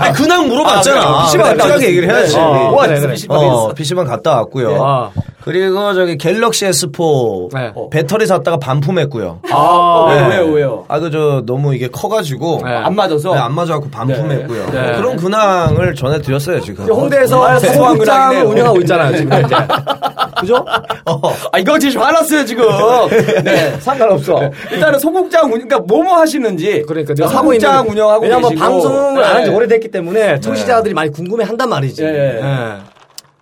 C: 아니, 근황 물어봤잖아.
B: 아, 그래요?
C: PC방
B: 갔다
C: 갔다
B: 왔어요.
C: 얘기를 해야지.
B: 네.
A: 어,
B: 뭐
A: 그래,
B: 하셨어요?
A: 그래.
B: PC방에
C: 어,
B: 있어.
C: PC방 갔다 왔고요.
A: 아.
C: 그리고 저기 갤럭시 S4
A: 네.
C: 배터리 샀다가 반품했고요.
B: 아,
C: 네.
B: 왜요, 왜요?
C: 아, 그 저 너무 이게 커가지고
A: 네.
B: 안 맞아서.
C: 네, 안 맞아갖고 반품했고요.
A: 네. 네.
C: 그런 근황을 전해드렸어요 지금.
A: 홍대에서
B: 네.
A: 소극장을
B: 소극장이네요.
A: 운영하고 있잖아요. 지금 이제. 그죠?
B: 아, 이거 지금 화났어요, 지금. 네.
A: 상관없어.
B: 일단은 소극장 운 그러니까 뭐뭐 하시는지.
A: 그러니까
B: 자,
A: 내가 하고 있는
B: 소극장 운영하고
A: 왜냐면 뭐
B: 계시고.
A: 방송을 안 한 지
B: 네.
A: 오래됐기 때문에 청취자들이 많이 궁금해한단 말이지.
B: 네.
A: 네.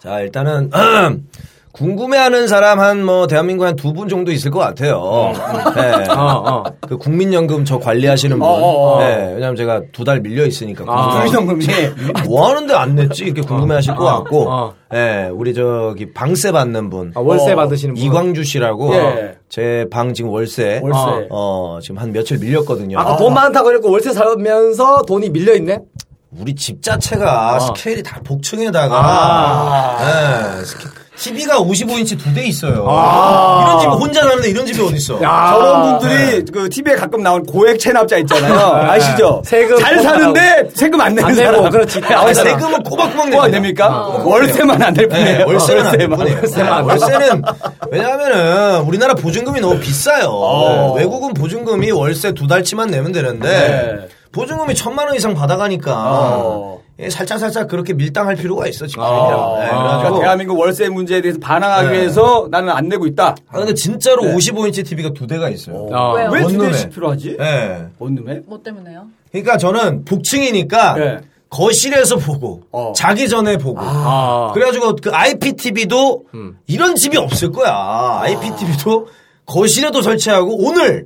C: 자 일단은 궁금해하는 사람 한 뭐 대한민국에 한 두 분 정도 있을 것 같아요. 네.
A: 어, 어.
C: 그 국민연금 저 관리하시는 분.
B: 어, 어, 어.
C: 네, 왜냐면 제가 두 달 밀려 있으니까.
A: 아.
C: 궁금해서.
B: 불성금이.
C: 뭐 하는데 안 냈지? 이렇게 궁금해하실 것 같고.
A: 어.
C: 예, 우리 저기 방세 받는 분.
A: 아, 월세
B: 어,
A: 받으시는 분.
C: 이광주 씨라고
B: 예.
C: 제 방 지금 월세.
B: 월세.
C: 어, 지금 한 며칠 밀렸거든요.
A: 아까 돈 많다고 그랬고 월세 살면서 돈이 밀려있네?
C: 우리 집 자체가 스케일이 다 복층에다가 예, 스케- TV가 55인치 두 대 있어요. 이런 집이 혼자 사는데 이런 집이 어디 있어?
A: 아.
B: 저런 분들이 그 TV에 가끔 나온 고액 체납자 있잖아요. 아시죠?
A: 세금
B: 잘 사는데 세금 안 내는
A: 안 내고,
B: 사람.
A: 그렇지.
B: 아,
C: 아니,
B: 세금
C: 세금은 꼬박꼬박
B: 뭐가
C: 내야
A: 아.
B: 됩니까? 어, 월세만 안 낼
C: 네,
B: 뿐이에요.
C: 월세는 안
B: 월세만.
C: 내보내요.
A: 월세만.
C: 네, 월세는 왜냐하면은 우리나라 보증금이 너무 비싸요. 네, 외국은 보증금이 월세 두 달치만 내면 되는데
B: 어. 네.
C: 보증금이 천만 원 이상 받아가니까
B: 어.
C: 예, 살짝살짝 그렇게 밀당할 필요가 있어 지금.
B: 아,
C: 네,
B: 그러니까
C: 그래가지고
B: 대한민국 월세 문제에 대해서 반항하기
A: 네.
B: 위해서 나는 안 내고 있다.
C: 아, 근데 진짜로
B: 네.
C: 55인치 TV가 두 대가 있어요.
A: 어.
D: 왜요?
B: 왜
C: 원룸에.
B: 두대씩 필요하지?
A: 네.
C: 예.
B: 뭔 놈에?
D: 뭐 때문에요?
C: 그러니까 저는 복층이니까
B: 네.
C: 거실에서 보고
B: 어.
C: 자기 전에 보고
A: 아.
C: 그래가지고 그 IPTV도
A: 음.
C: 이런 집이 없을
A: 아.
C: 거야. IPTV도 거실에도 설치하고 오늘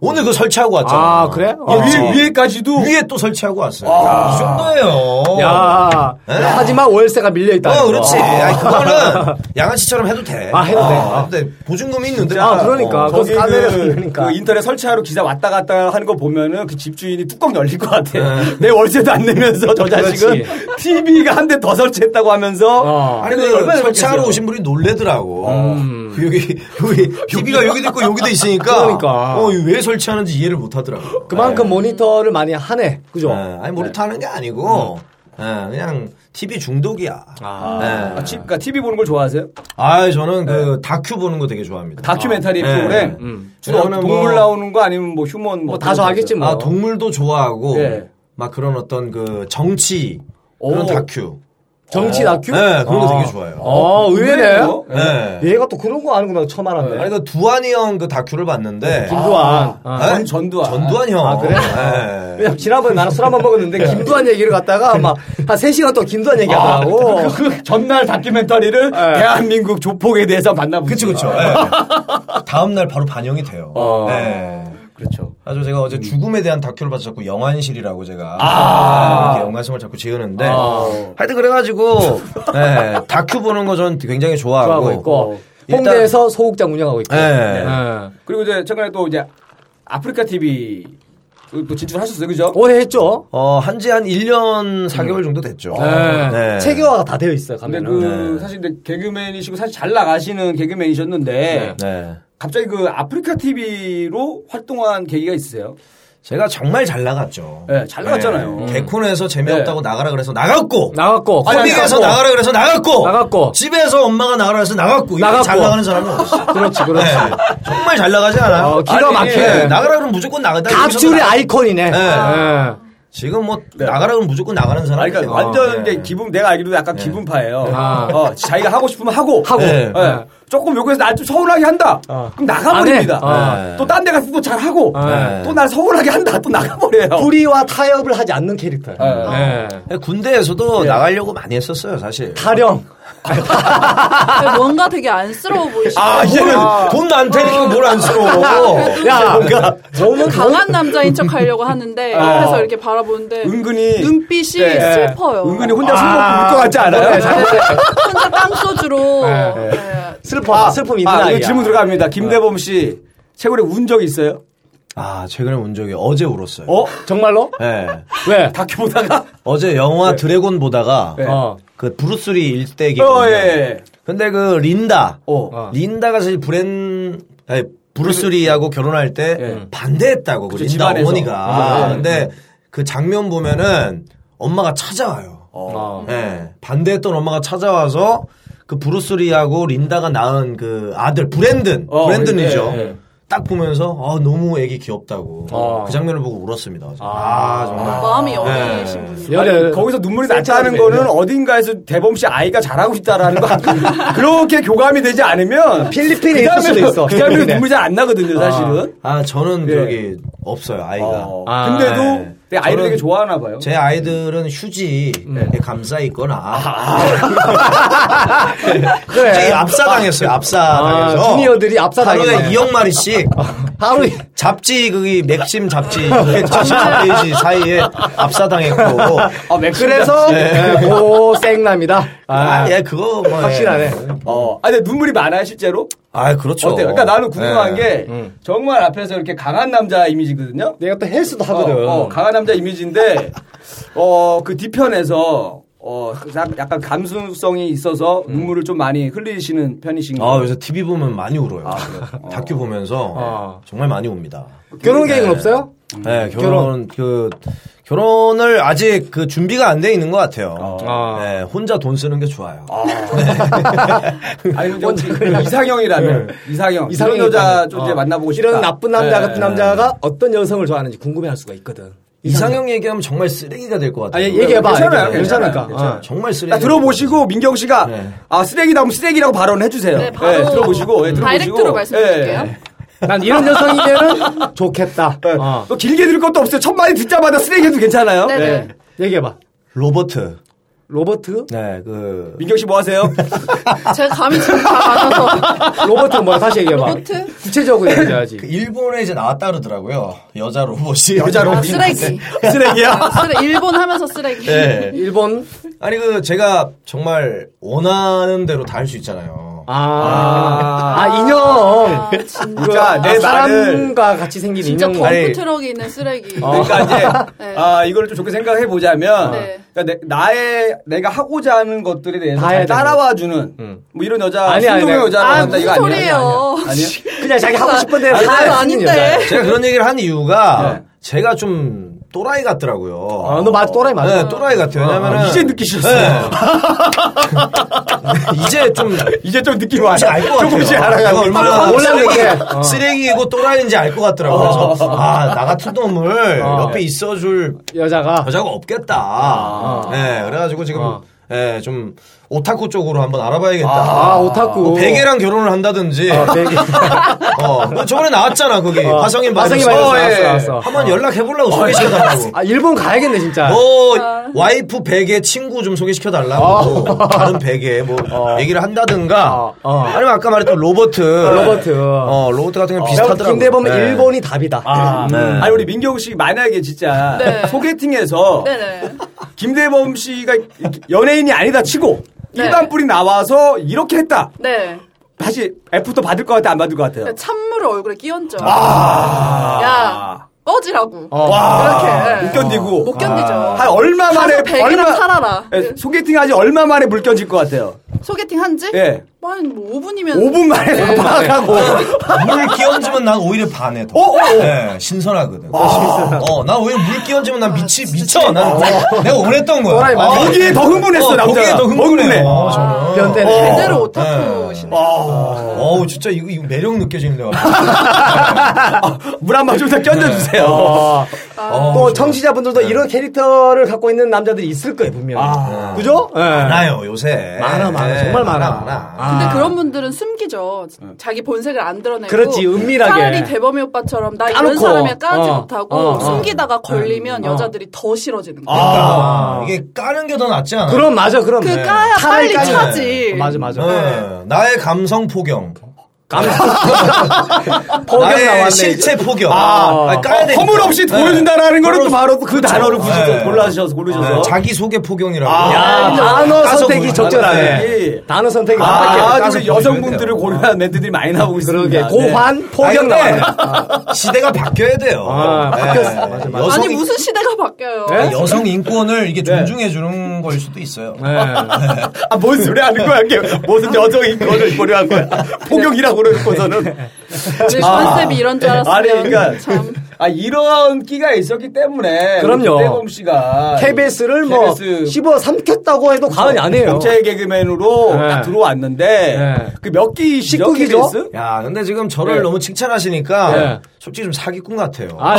C: 오늘 그거 설치하고 왔잖아.
A: 아, 그래? 어.
C: 예,
B: 위에, 위에까지도
C: 위에 또 설치하고 왔어요. 이 정도예요.
A: 아. 야,
C: 네.
A: 하지만 월세가 밀려있다.
C: 어, 그렇지. 아니, 그거는 양아치처럼 해도 돼.
A: 아, 해도 돼.
C: 어, 해도 돼. 보증금이 있는데.
A: 아, 그러니까.
C: 어.
A: 그거
B: 거기
A: 다 내려서
B: 그,
A: 그러니까.
B: 그 인터넷 설치하러 기사 왔다 갔다 하는 거 보면은 그 집주인이 뚜껑 열릴 것 같아요. 내 월세도 안 내면서 저 자식은 TV가 한 대 더 설치했다고 하면서
A: 어.
C: 아니
B: 근데
C: 그
B: 얼마나
C: 설치하러
B: 그랬겠어요?
C: 오신 분이 놀래더라고. 그 여기 여기 TV가 여기도 있고 여기도 있으니까.
A: 음. 그러니까.
C: 어, 이거 왜 설치하는지 이해를 못하더라고.
A: 그만큼 모니터를 많이 네. 하네. 음. 그죠?
C: 아니 모니터하는 게 아니고 예, 그냥 TV 중독이야. 아,
B: 아, 치- 그러니까 TV 보는 걸 좋아하세요?
C: 아 저는
A: 네.
C: 그 다큐 보는 거 되게 좋아합니다.
B: 다큐멘터리
C: 아, 네.
B: 프로그램 주로
C: 저는 뭐-
B: 동물 나오는 거 아니면 뭐 휴먼
A: 뭐 다소 하겠지 뭐.
C: 아 동물도 좋아하고
B: 예.
C: 막 그런 어떤 그 정치 그런
B: 오.
C: 다큐.
A: 정치 다큐?
C: 예, 그런 거 되게 좋아요.
A: 어, 의외네.
B: 의외네요.
C: 예.
A: 얘가 또 그런 거 아는구나. 처음 알았네.
C: 아니 그 두한이 형 그 다큐를 봤는데
A: 예. 김두한. 어.
C: 예?
B: 아, 전- 전두환.
C: 전두환 형.
A: 아, 그래?
C: 예.
A: 왜냐면 지난번에 나랑 술 한 번 먹었는데 김두한 얘기를 갖다가 막 한 세시간또 김두한 얘기하더라고. 어.
B: 그, 그 전날 다큐멘터리를 대한민국 조폭에 대해서 만나보죠.
C: 그쵸 그쵸. 예. 다음 날 바로 반영이 돼요.
B: 어.
C: 예.
B: 그렇죠.
C: 아주 제가 어제 죽음에 대한 다큐를 봐서 자꾸 영안실이라고 제가 이렇게 영안성을 자꾸 지으는데 하여튼 그래가지고 예, 다큐 보는 거 전 굉장히 좋아하고, 어.
A: 하고 있고.
C: 일단-
A: 홍대에서 소극장 운영하고 있고.
C: 예.
B: 네.
A: 예.
B: 그리고 이제 최근에 또 이제 아프리카 TV 또 진출하셨어요, 그죠?
A: 올해 했죠?
C: 어, 한지 한 1년 4개월 정도 됐죠.
A: 예.
C: 네.
A: 체계화가 다 되어 있어요,
B: 근데
A: 가면은. 네.
B: 그 사실 근데 개그맨이시고 사실 잘 나가시는 개그맨이셨는데
C: 네.
B: 갑자기 그 아프리카 TV로 활동한 계기가 있어요.
C: 제가 정말 잘 나갔죠.
B: 네, 잘 나갔잖아요.
C: 네. 개콘에서 재미없다고 나가라 그래서 나갔고.
A: 나갔고
B: 아니, 아니,
C: 커밍에서
B: 나갔고.
C: 나가라 그래서 나갔고.
A: 나갔고.
C: 집에서 엄마가 나가라 그래서 나갔고. 이렇게
A: 나갔고.
C: 잘 나가는 사람은 없어.
A: 그렇지
C: 네.
A: 그렇지.
C: 정말 잘 나가지 않아요?
A: 어, 기가
C: 아니,
A: 막히네.
C: 예, 나가라 그러면 무조건
B: 네.
C: 나가다.
A: 갑줄의
C: 여기서도 나-
A: 아이콘이네.
C: 네.
A: 예.
C: 지금 뭐 나가라 그러면 무조건 나가는 사람.
B: 아, 그러니까 완전 이제 기분 내가 알기로 약간 기분파예요.
A: 아.
B: 어, 자기가 하고 싶으면 하고
A: 하고. 어.
B: 예.
A: 예.
B: 조금 요구해서 날 좀 서운하게 한다. 그럼 나가버립니다. 네.
A: 안
C: 해. 어.
B: 또 딴 데 가서 또 잘 하고
A: 예.
B: 또 날 서운하게 한다. 또 나가버려요.
A: 불의와 타협을 하지 않는 캐릭터예요.
B: 예.
A: 예.
C: 네, 군대에서도 나가려고 많이 했었어요, 사실.
A: 타령.
D: 근데 뭔가 되게 안쓰러워 보이시고
C: 아, 얘는 돈안 되니까 뭘 안쓰러워.
A: 야, 너무
D: 강한 남자인 척 하려고 하는데 옆에서 이렇게 바라보는데
B: 은근히
D: 눈빛이
B: 예.
D: 슬퍼요. 네.
B: 은근히
A: 아.
B: 혼자 술 먹고 울것 같지
A: 네,
B: 않아요?
D: 혼자 땀소주로 예.
A: 슬퍼. 슬픔 있는
B: 아,
A: 아,
B: 이거
A: 이야
B: 질문 들어갑니다. 김대범 씨 최근에 운 적 있어요?
C: 아, 최근에 운 적이 어제 울었어요.
A: 어? 정말로?
C: 예.
A: 왜?
B: 다큐 보다가
C: 어제 영화 드래곤 보다가
B: 네.
A: 어.
C: 그 브루스리 일대기거든요.
B: 어, 예.
C: 근데 그 린다,
B: 어.
C: 린다가 사실 브랜 아니, 브루스리하고 결혼할 때
B: 예.
C: 반대했다고 그
B: 그쵸,
C: 린다
B: 집안에서.
C: 어머니가.
B: 아, 예.
C: 근데 그 장면 보면은 엄마가 찾아와요.
A: 어.
C: 예. 반대했던 엄마가 찾아와서 그 브루스리하고 린다가 낳은 그 아들 브랜든,
B: 어,
C: 브랜든이죠.
B: 예, 아. 예.
C: 딱 보면서 아 너무 애기 귀엽다고
A: 어.
C: 그 장면을 보고 울었습니다. 어제. 아 정말.
D: 마음이
C: 네.
D: 여리신 분이
A: 여-
B: 아니, 거기서 눈물이
A: 네.
B: 났다는 거는 어딘가에서 대범 씨 아이가 잘하고 있다라는 거 그렇게 교감이 되지 않으면
A: 필리핀에
B: 그
A: 있을
B: 다음에
A: 수도 있어.
B: 그 다음에
A: 필리핀에.
B: 눈물이 잘 안 나거든요, 사실은.
C: 아 저는
B: 예.
C: 저기 없어요 아이가.
B: 어,
A: 아,
B: 근데도
C: 네.
B: 내 아이를
C: 저는
B: 되게 좋아하나 봐요.
C: 제 아이들은 휴지에
A: 네.
C: 예, 감싸 있거나
A: 아. 그래.
C: 휴지에 압사당했어요. 압사당해서
A: 아, 네. 주니어들이 압사당했네. 아.
C: 하루에 2억 마리씩
A: 하루에
C: 잡지 그게 맥심 잡지 170페이지 사이에 압사당했고
B: 아, 맥
A: 그래서
C: 네.
A: 고생남이다.
C: 아, 예, 그거 뭐 예.
A: 확실하네.
B: 어, 아, 근데 눈물이 많아요, 실제로?
C: 아, 그렇죠.
B: 어때요? 그러니까 나는 궁금한
A: 네.
C: 예.
B: 게
A: 음.
B: 정말 앞에서 이렇게 강한 남자 이미지거든요.
A: 내가 또 헬스도 하거든.
B: 어, 어, 강한 남자 이미지인데 어, 그 뒤편에서 어, 약- 약간 감수성이 있어서
A: 음.
B: 눈물을 좀 많이 흘리시는 편이신가요?
C: 아, 요새 TV 보면 많이 울어요.
B: 아,
C: 다큐 보면서
A: 아.
C: 정말 많이 웁니다.
B: 그러니까.
A: 결혼 계획은 없어요?
C: 네, 결혼, 그 결혼을 아직 그 준비가 안 돼 있는 것 같아요.
A: 아.
C: 네, 혼자 돈 쓰는 게 좋아요.
B: 아니 근데 혹시 그 이상형이라면 이상형 이런
A: 네. 이상형이라면.
B: 여자 좀 이제
A: 어.
B: 만나보고 싶다. 네.
A: 이런 나쁜 남자 같은
C: 예.
A: 남자가 어떤 여성을 좋아하는지 궁금해할 수가 있거든.
C: 이상형 얘기하면 정말 쓰레기가 될
A: 아,
C: 것 같아요. 네,
A: 얘- 얘기해봐.
B: 괜찮아요,
A: 얘기해봐.
B: 괜찮아요,
A: 괜찮으니까.
B: 괜찮아요.
A: 어.
C: 정말
B: 나
C: 쓰레기.
B: 들어보시고 민경 씨가
C: 네.
B: 아 쓰레기다 하면 쓰레기라고 발언해 주세요.
D: 네, 바로
B: 들어보시고 예, 들어보시고.
D: 다이렉트로 말씀드릴게요.
B: 예.
A: 난 이런 여성이면 좋겠다.
B: 예.
A: 어.
B: 또 길게 들을 것도 없어요. 첫 마디 듣자마자 쓰레기 해도 괜찮아요.
D: 네, 네.
A: 얘기해봐.
C: 로버트.
A: 로버트?
C: 네, 그
B: 민경 씨 뭐 하세요?
D: 제가 감이 지금 다 맞아서
A: 로버트 뭐야? 다시 얘기해봐.
D: 로버트?
A: 구체적으로 얘기해야지.
C: 그 일본에 이제 나왔다 그러더라고요. 여자 로봇이.
B: 여자 로봇.
D: 아, 쓰레기.
B: 쓰레기야.
D: 어, 네. 아, 쓰레- 일본 하면서 쓰레기.
C: 네.
A: 일본?
C: 아니 그 제가 정말 원하는 대로 다 할 수 있잖아요.
A: 아, 아, 인형. 아,
B: 그러니까 내 말을
A: 사람과 같이 생긴
D: 진짜
A: 인형. 뭐.
C: 아니.
D: 덤프트럭이 있는 쓰레기.
B: 그러니까 이제
D: 네.
B: 아 이걸 좀 좋게 생각해 보자면 그러니까
D: 네.
B: 나의 내가 하고자 하는 것들에 대해서
A: 다
B: 잘
A: 해야 되는
B: 따라와 주는 뭐 이런 여자
A: 아니, 아니,
B: 순종의
A: 아니.
B: 여자를
D: 아,
B: 만난다,
D: 무슨
B: 어, 이거 아니야?
D: 소리예요.
B: 아니야?
A: 그냥 자기 하고 싶은 대로
D: 아니,
A: 다
D: 아닌데.
A: 하는 여자야.
C: 제가 그런 얘기를 한 이유가
B: 네.
C: 제가 좀 또라이 같더라고요.
A: 아, 너 맞, 또라이 맞아.
C: 네, 또라이 같아요. 왜냐면
B: 아, 이제 느끼셨어요?
C: 이제 좀
B: 이제 좀 느낌 와요.
C: 알 것 같아요.
B: 조금씩
C: 내가 어.
B: 알아가고
C: 얼마나
A: 올라가는 게.
C: 쓰레기, 쓰레기고 또라이인지 알 것 같더라고요. 그래서 아 나 같은 놈을
A: 어.
C: 옆에 있어줄
A: 여자가.
C: 여자가 없겠다. 예, 그래가지고 지금
A: 아.
C: 예, 좀 오타쿠 쪽으로 한번 알아봐야겠다.
A: 아, 오타쿠.
C: 뭐 베개랑 결혼을 한다든지.
A: 아, 베개.
C: 어, 그 저번에 나왔잖아 거기
A: 어.
C: 화성인 바이러스.
A: 화성인 바이러스
C: 어,
A: 나왔어, 나왔어.
C: 한번 연락해보려고 소개시켜달라고.
A: 아, 일본 가야겠네, 진짜.
C: 뭐 와이프 베개 친구 좀 소개시켜 달라고
A: 아.
C: 다른 베개 뭐 얘기를 한다든가
A: 어, 어.
C: 아니면 아까 말했던 로버트
A: 로버트.
C: 어 로버트 같은 경우 비슷하더라고
A: 아, 김대범은
C: 네.
A: 일본이 답이다. 음.
B: 아,
C: 네.
B: 아니 우리 민경 씨 만약에 진짜
D: 네.
B: 소개팅에서
D: 네네.
B: 김대범 씨가 이렇게 연예인이 아니다 치고
D: 네.
B: 일반 뿔이 나와서 이렇게 했다.
D: 네.
B: 다시 애프터 받을 것 같아 안 받을 것 같아요.
D: 네, 찬물을 얼굴에 끼얹죠.
B: 아. 어.
D: 야, 꺼지라고.
B: 와,
D: 이렇게. 네. 어,
B: 못 견디고. 아,
D: 못 견디죠.
B: 한 얼마 예. 만에
D: 가서 백이랑 살아라.
B: 소개팅 하지 얼마 만에 물 견질 것 같아요.
D: 소개팅 한지?
B: 예.
D: 한뭐 5분이면
A: 5분 만에 파악하고.
C: 뭐,
A: 어,
C: 물 끼얹으면 난 오히려 반해. 더. 네, 신선하거든.
A: 아,
C: 어, 난 오히려 물 끼얹으면 난 미치, 미쳐. 난
A: 어.
C: 내가 원했던 거야.
A: 또라이 맞네.
B: 거기에 더 흥분했어,
C: 어,
B: 남자가.
C: 거기에 더 흥분해.
B: 흥분해.
A: 아.
C: 어, 저는.
A: 연대네.
B: 예.
D: 제대로 오타쿠시네.
B: 어.
C: 어우, 진짜 이거, 이거 매력 느껴지는데.
A: 아.
C: 갑자기.
B: 물 한 방 좀 더 껴져주세요.
A: 어.
D: 아.
C: 어,
A: 또
C: 정말.
A: 청취자분들도 이런 캐릭터를 갖고 있는 남자들이 있을 거예요, 분명히.
B: 아.
A: 그죠? 예.
C: 많아요, 요새. 네,
A: 많아, 많아. 정말 많아.
C: 많아.
D: 근데 그런 분들은 숨기죠. 자기 본색을 안 드러내고.
A: 그렇지, 은밀하게.
D: 차라리 대범이 오빠처럼 나 이런
A: 까놓고.
D: 사람이야 까지
A: 어,
D: 못하고
A: 어, 어.
D: 숨기다가 걸리면 여자들이 더 싫어지는 거야.
C: 아, 이게 까는 게 더 낫지 않아?
A: 그럼 맞아, 그럼.
D: 그 까야
A: 차라리
D: 빨리
A: 네. 까지.
D: 차지.
A: 어, 맞아, 맞아.
C: 네. 나의 감성 포경.
A: 포경
C: 나의
A: 나왔네,
C: 실체 포경.
A: 아.
C: 아니, 까야 되니까.
B: 허물없이
C: 네.
B: 보여준다라는 거는 또 바로 그 단어를 굳이
C: 네.
B: 또 골라주셔서, 고르셔서.
C: 네, 자기 소개 포경이라고.
A: 아. 야, 단어
C: 까서
A: 선택이
C: 보여요.
A: 적절하네.
B: 네.
A: 단어 선택이
B: 아,
A: 아,
B: 아,
C: 까서
B: 아주 여성분들을
C: 보여줘야 돼요.
B: 고려한 멘트들이 많이 나오고 있습니다.
A: 그러게.
B: 네.
A: 고환,
C: 아니,
A: 포경
C: 근데
A: 나왔네.
C: 시대가 바뀌어야 돼요. 네.
A: 아, 바뀌었어. 맞아, 네. 맞아.
C: 여성,
D: 아니 무슨 시대가 바뀌어요.
A: 네?
C: 여성 인권을 이게 존중해 주는 걸 수도 있어요.
A: 네.
B: 아, 뭔 소리 하는 거야, 이게. 무슨 여성인 거를 고려한 거야. 포경이라고 그러고서는.
D: 네, 컨셉이 이런 줄 알았어요.
B: 아. 아니, 그러니까.
D: 참.
B: 아, 이런 끼가 있었기 때문에.
A: 그럼요.
B: 대범 씨가.
A: KBS를 뭐
B: KBS
A: 씹어 삼켰다고 해도 과언이
B: 어,
A: 아니에요.
B: 국제 개그맨으로
A: 네.
B: 딱 들어왔는데
A: 네.
B: 그 몇 기
A: 식구 기죠?
C: 야, 근데 지금 저를
B: 네.
C: 너무 칭찬하시니까
A: 네.
C: 솔직히 좀 사기꾼 같아요.
A: 아,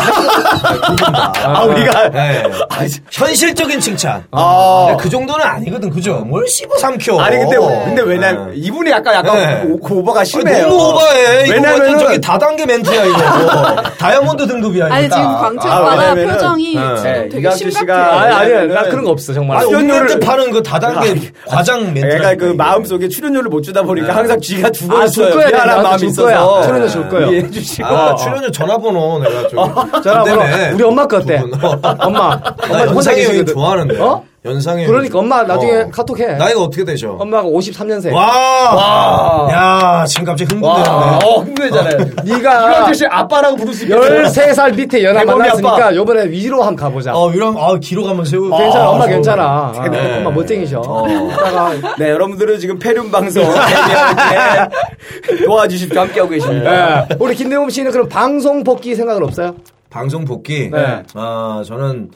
B: 아, 우리가
C: 네. 현실적인 칭찬.
B: 아.
C: 네, 그 정도는 아니거든, 그죠? 뭘 씹어 삼켜.
B: 아니 근데 뭐, 근데 왜냐면
C: 네.
B: 이분이 약간 약간
C: 네. 아,
B: 오- 그 오버가 심해요.
C: 너무 오버해. 이거
B: 왜냐면은
C: 완전 저기 다단계 멘트야, 이거. 다이아몬드 등급이야, 이거.
D: 아니 지금
C: 딱.
D: 광채
B: 아,
D: 오빠가
B: 왜냐면은-
D: 표정이
C: 네.
D: 지금 되게
B: 이광수 씨가-
D: 심각해요.
A: 아니, 아니요.
B: 왜냐면은-
A: 나 그런 거 없어, 정말.
C: 아,
B: 아니,
C: 없는
B: 출연료를-
C: 멘트 파는 그 다단계 과장 멘트.
B: 약간 그 마음 속에 출연료를 못 주다 보니까 항상 쥐가
A: 네. 아, 줄
B: 죽어있어요.
A: 거야,
B: 미안한
A: 나도
B: 마음이
A: 줄
B: 있어서
A: 거야. 출연료 줄 거예요.
B: 이해해 주시고
C: 아, 출연료 전화번호 내가 좀.
A: 전화번호.
C: 안 되네.
A: 우리 엄마 거 어때?
C: 두 분.
A: 엄마.
C: 나
A: 엄마 혼자
C: 연상이 형이
A: 계시거든.
C: 좋아하는데.
A: 어?
C: 연상이
A: 그러니까
C: 형이.
A: 엄마 나중에
C: 어.
A: 카톡해.
C: 나이가 어떻게 되셔?
A: 엄마가 53년생.
C: 와! 야, 지금 갑자기
A: 아,
B: 와,
C: 흥분되는데.
B: 어 흥분되잖아요.
A: 네가
B: 이광수 씨 아빠라고 부를 수 있겠어요.
A: 13살 밑에 연하
B: 대범이 아빠.
A: 만났으니까 요번에 위로 한번 가보자.
C: 어, 이런, 아, 기록 한번 세우고.
A: 괜찮아,
C: 아,
A: 엄마
C: 좋아.
A: 괜찮아. 아,
C: 네.
A: 엄마 멋쟁이셔.
C: 어.
A: 이따가
B: 네, 여러분들은 지금 폐륜 방송 도와주십시 함께하고 계십니다.
A: 예. 우리 김대웅 씨는 그럼 방송 복귀 생각은 없어요?
C: 방송 복귀.
A: 네.
C: 아, 저는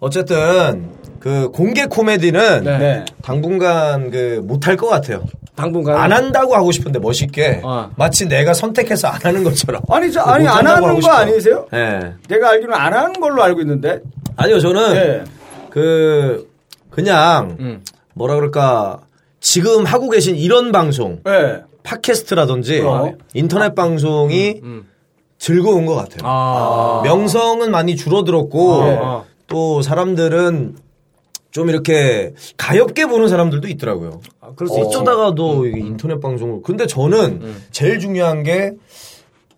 C: 어쨌든 그 공개 코미디는
A: 네.
C: 당분간 그 못할 것 같아요.
A: 당분간.
C: 안 한다고 하고 싶은데 멋있게
A: 어.
C: 마치 내가 선택해서 안 하는 것처럼. 그
B: 아니, 저, 아니,
C: 못한다고
B: 안
C: 하고
B: 하는 거
C: 싶어요.
B: 아니세요?
C: 예.
B: 제가 알기로는 안 하는 걸로 알고 있는데.
C: 아니요, 저는
A: 네.
B: 예.
C: 그 그냥 뭐라 그럴까 지금 하고 계신 이런 방송
A: 네.
B: 예.
C: 팟캐스트라든지
B: 어.
C: 인터넷 방송이 즐거운 것 같아요.
A: 음, 아.
C: 명성은 많이 줄어들었고
A: 어.
C: 또 사람들은 좀 이렇게 가엽게 보는 사람들도 있더라고요.
A: 아, 그럴 수 있죠. 음.
C: 어쩌다가도 이게 인터넷 방송을 근데 저는 제일 중요한 게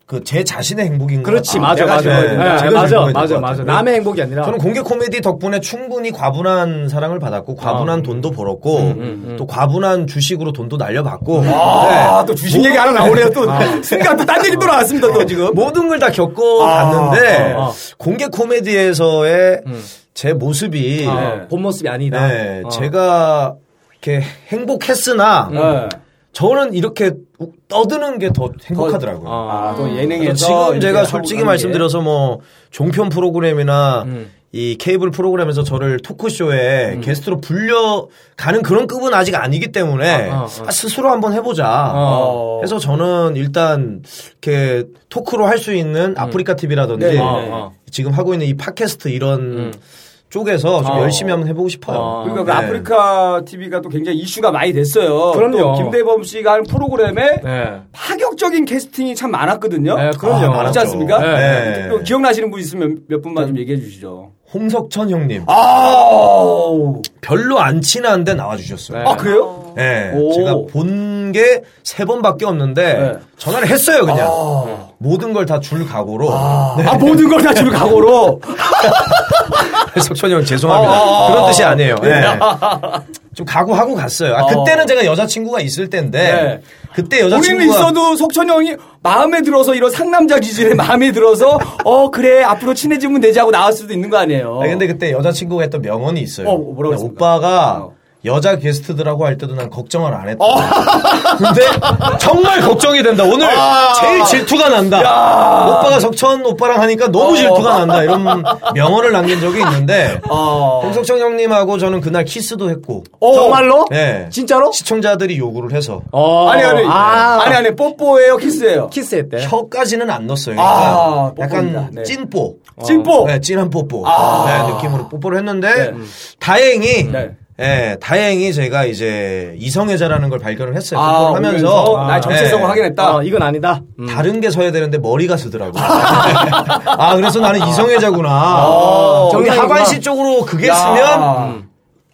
C: 그 제 자신의 행복인 것
A: 그렇지,
C: 같아요. 네,
A: 맞아,
C: 내가
A: 맞아. 예,
C: 즐거워야 된다. 제가
A: 맞아,
C: 즐거워야
A: 맞아,
C: 될것
A: 맞아.
C: 같아요.
A: 남의 행복이 아니라.
C: 저는 공개 코미디 덕분에 충분히 과분한 사랑을 받았고 과분한
B: 아.
C: 돈도 벌었고 또 과분한 주식으로 돈도 날려받고
B: 음,
C: 네.
B: 아, 또 주식 얘기 하나 나오네요. 또 순간 또 딴 얘기 또 나왔습니다. 또 지금.
C: 네. 모든 걸 다 겪어봤는데
A: 아, 아, 아.
C: 공개 코미디에서의
B: 음.
C: 제 모습이
A: 아, 본 모습이 아니다.
C: 예. 네,
A: 어.
C: 제가 이렇게 행복했으나
B: 예.
C: 저는 이렇게 우- 떠드는 게 더 행복하더라고요.
B: 아, 또 예능에서.
C: 지금
B: 이렇게
C: 제가
B: 하고
C: 솔직히
B: 하는 음.
C: 말씀드려서 뭐 종편 프로그램이나 이 케이블 프로그램에서 저를 토크쇼에 게스트로 불려가는 그런 급은 아직 아니기 때문에
A: 아, 아, 아.
C: 아, 스스로 한번 해보자.
A: 어.
C: 해서 저는 일단 이렇게 토크로 할 수 있는 아프리카 TV라든지
B: 음. 네, 음. 네,
A: 네.
C: 지금 하고 있는 이 팟캐스트 이런 쪽에서 좀
B: 아.
A: 어.
C: 열심히 한번 해보고 싶어요.
A: 어.
B: 그러니까 그
C: 네.
B: 아프리카 TV가 또 굉장히 이슈가 많이 됐어요.
A: 그럼요.
B: 또 김대범 씨가 하는 프로그램에
A: 네.
B: 파격적인 캐스팅이 참 많았거든요.
A: 네, 그럼요.
B: 아, 많지 않습니까?
A: 네.
C: 네.
B: 또 기억나시는 분 있으면 몇 분만 좀 얘기해 주시죠.
C: 홍석천 형님
B: 아. 아우.
C: 별로 안 친한데 나와주셨어요.
A: 네.
B: 아, 그래요?
C: 예,
B: 오.
C: 제가 본 게 세 번밖에 없는데
B: 네.
C: 전화를 했어요 그냥 모든 걸 다 줄 각오로
B: 아, 모든 걸 다 지금 각오로.
C: 석천이 형 죄송합니다
B: 아, 아,
C: 그런
B: 아,
C: 뜻이
B: 아.
C: 아니에요 예. 좀 각오하고 갔어요 아,
B: 아.
C: 그때는 제가 여자친구가 있을 때인데
B: 네.
C: 그때
B: 본인은
C: 여자친구가
B: 있어도 석천 형이 마음에 들어서 이런 상남자 기질에 마음에 들어서 어 그래 앞으로 친해지면 되지 하고 나올 수도 있는 거 아니에요.
C: 아니, 근데 그때 여자친구가 했던 명언이 있어요
B: 어, 뭐라고
C: 그냥
B: 했습니까?
C: 오빠가
B: 어.
C: 여자 게스트들하고 할 때도 난 걱정을 안 했다. 근데 정말 걱정이 된다. 오늘 제일 질투가 난다. 오빠가 석천 오빠랑 하니까 너무 질투가 난다. 이런 명언을 남긴 적이 있는데
B: 어. 아.
C: 홍석천 형님하고 저는 그날 키스도 했고
A: 정말로?
C: 네.
A: 진짜로?
C: 시청자들이 요구를 해서
A: 어.
B: 아니 아니
A: 아.
B: 아. 니 아니 뽀뽀예요 키스예요.
A: 키스했대.
C: 혀까지는 안 넣었어요.
B: 네. 아,
C: 약간, 약간
B: 뽀뽀입니다. 네.
C: 찐뽀.
B: 찐뽀.
C: 네, 찐한 뽀뽀.
B: 아.
C: 네, 느낌으로 뽀뽀를 했는데, 다행히,
B: 네.
C: 예, 다행히 제가 이제 이성애자라는 걸 발견을 했어요.
B: 아,
C: 뽀뽀를 하면서.
B: 오면서 나의 정체성을
C: 예,
B: 확인했다.
A: 어, 이건 아니다. 음.
C: 다른 게 서야 되는데 머리가 서더라고. 아, 그래서 나는 이성애자구나.
B: 아,
C: 저기
A: 정상이구나.
C: 하반시 쪽으로 그게 쓰면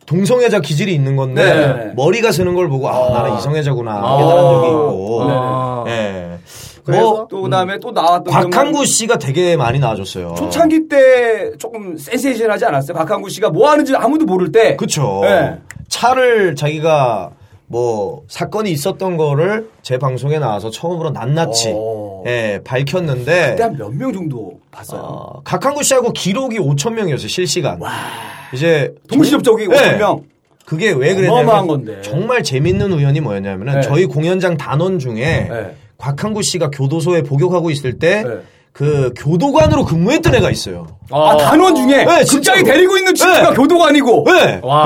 C: 동성애자 기질이 있는 건데
B: 음. 네.
C: 머리가 쓰는 걸 보고 아, 나는 이성애자구나. 깨달은 적이 있고. 예.
B: 뭐,
C: 뭐
B: 또 네, 그다음에 또 나왔던
C: 곽한구 씨가 되게 많이 나와줬어요.
B: 초창기 때 조금 센세이션하지 않았어요? 박한구 씨가 뭐 하는지 아무도 모를 때.
C: 그쵸.
B: 예.
C: 차를 자기가 뭐 사건이 있었던 거를 제 방송에 나와서 처음으로 낱낱이
B: 오.
C: 예, 밝혔는데
B: 어. 그때 한 몇 명 정도 봤어요.
C: 어, 각한구 씨하고 기록이 5천 명이었어요 실시간. 이제
B: 동시접촉이
C: 정- 네.
B: 5천 명.
C: 그게 왜
B: 어마어마한
C: 그랬냐면
B: 건데.
C: 정말 재밌는 우연이 뭐였냐면은
B: 네.
C: 저희 공연장 단원 중에
B: 네.
C: 곽한구 씨가 교도소에 복역하고 있을 때.
B: 네.
C: 그 교도관으로 근무했던 애가 있어요.
B: 아, 단원 중에
C: 네,
B: 극장이
C: 진짜로.
B: 데리고 있는 친구가
C: 네.
B: 교도관이고.
C: 네.
A: 와.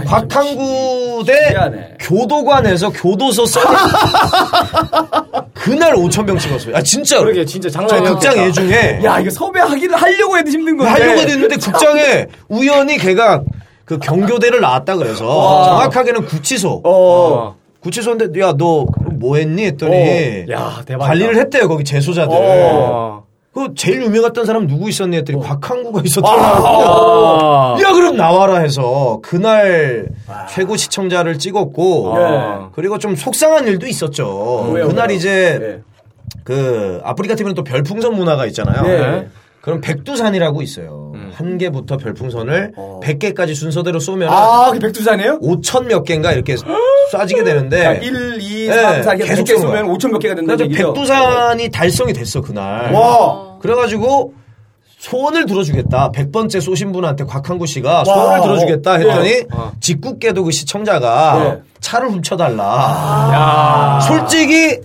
C: 그래가지고 곽한구 대
B: 신기하네.
C: 교도관에서 교도소 써 그날 5천 명 찍었어요. 아 진짜로.
A: 그러게, 진짜 장난
C: 저
A: 아니야,
C: 극장
A: 진짜.
C: 애 중에 그
B: 야, 이거 섭외하기를 하려고 해도 힘든 건데.
C: 하려고 했는데 극장에 우연히 걔가 그 경교대를 나왔다 그래서 정확하게는 구치소.
B: 어.
C: 구치소인데 야 너 뭐 했니 했더니
A: 어. 야, 대박이다.
C: 관리를 했대요 거기 재소자들.
A: 어.
C: 그 제일 유명했던 사람 누구 있었니
B: 어.
C: 했더니
B: 아.
C: 곽한구가 있었더라고.
A: 아.
C: 야 그럼 나와라 해서 그날
B: 아.
C: 최고 시청자를 찍었고
A: 예.
C: 그리고 좀 속상한 일도 있었죠.
B: 왜요,
C: 그날
B: 왜요?
C: 이제
B: 네.
C: 그 아프리카 TV는 또 별풍선 문화가 있잖아요.
B: 네. 음.
C: 그럼 백두산이라고 있어요. 한 개부터 별풍선을 백 개까지 순서대로 쏘면
B: 어. 아, 그 백두산이에요?
C: 5천 몇 개인가 이렇게 쏴지게 되는데
B: 자, 1, 2, 3, 4,
C: 네,
B: 5
C: 계속
B: 개
C: 쏘는
B: 쏘면
C: 거야.
B: 5천 몇 개가 된다는
C: 그래서
B: 얘기죠.
C: 백두산이 달성이 됐어 그날.
B: 와.
C: 그래가지고 소원을 들어주겠다. 100번째 쏘신 분한테 곽한구 씨가 소원을 들어주겠다 했더니 직국계도 그 시청자가
B: 네.
C: 차를 훔쳐달라.
A: 야.
C: 솔직히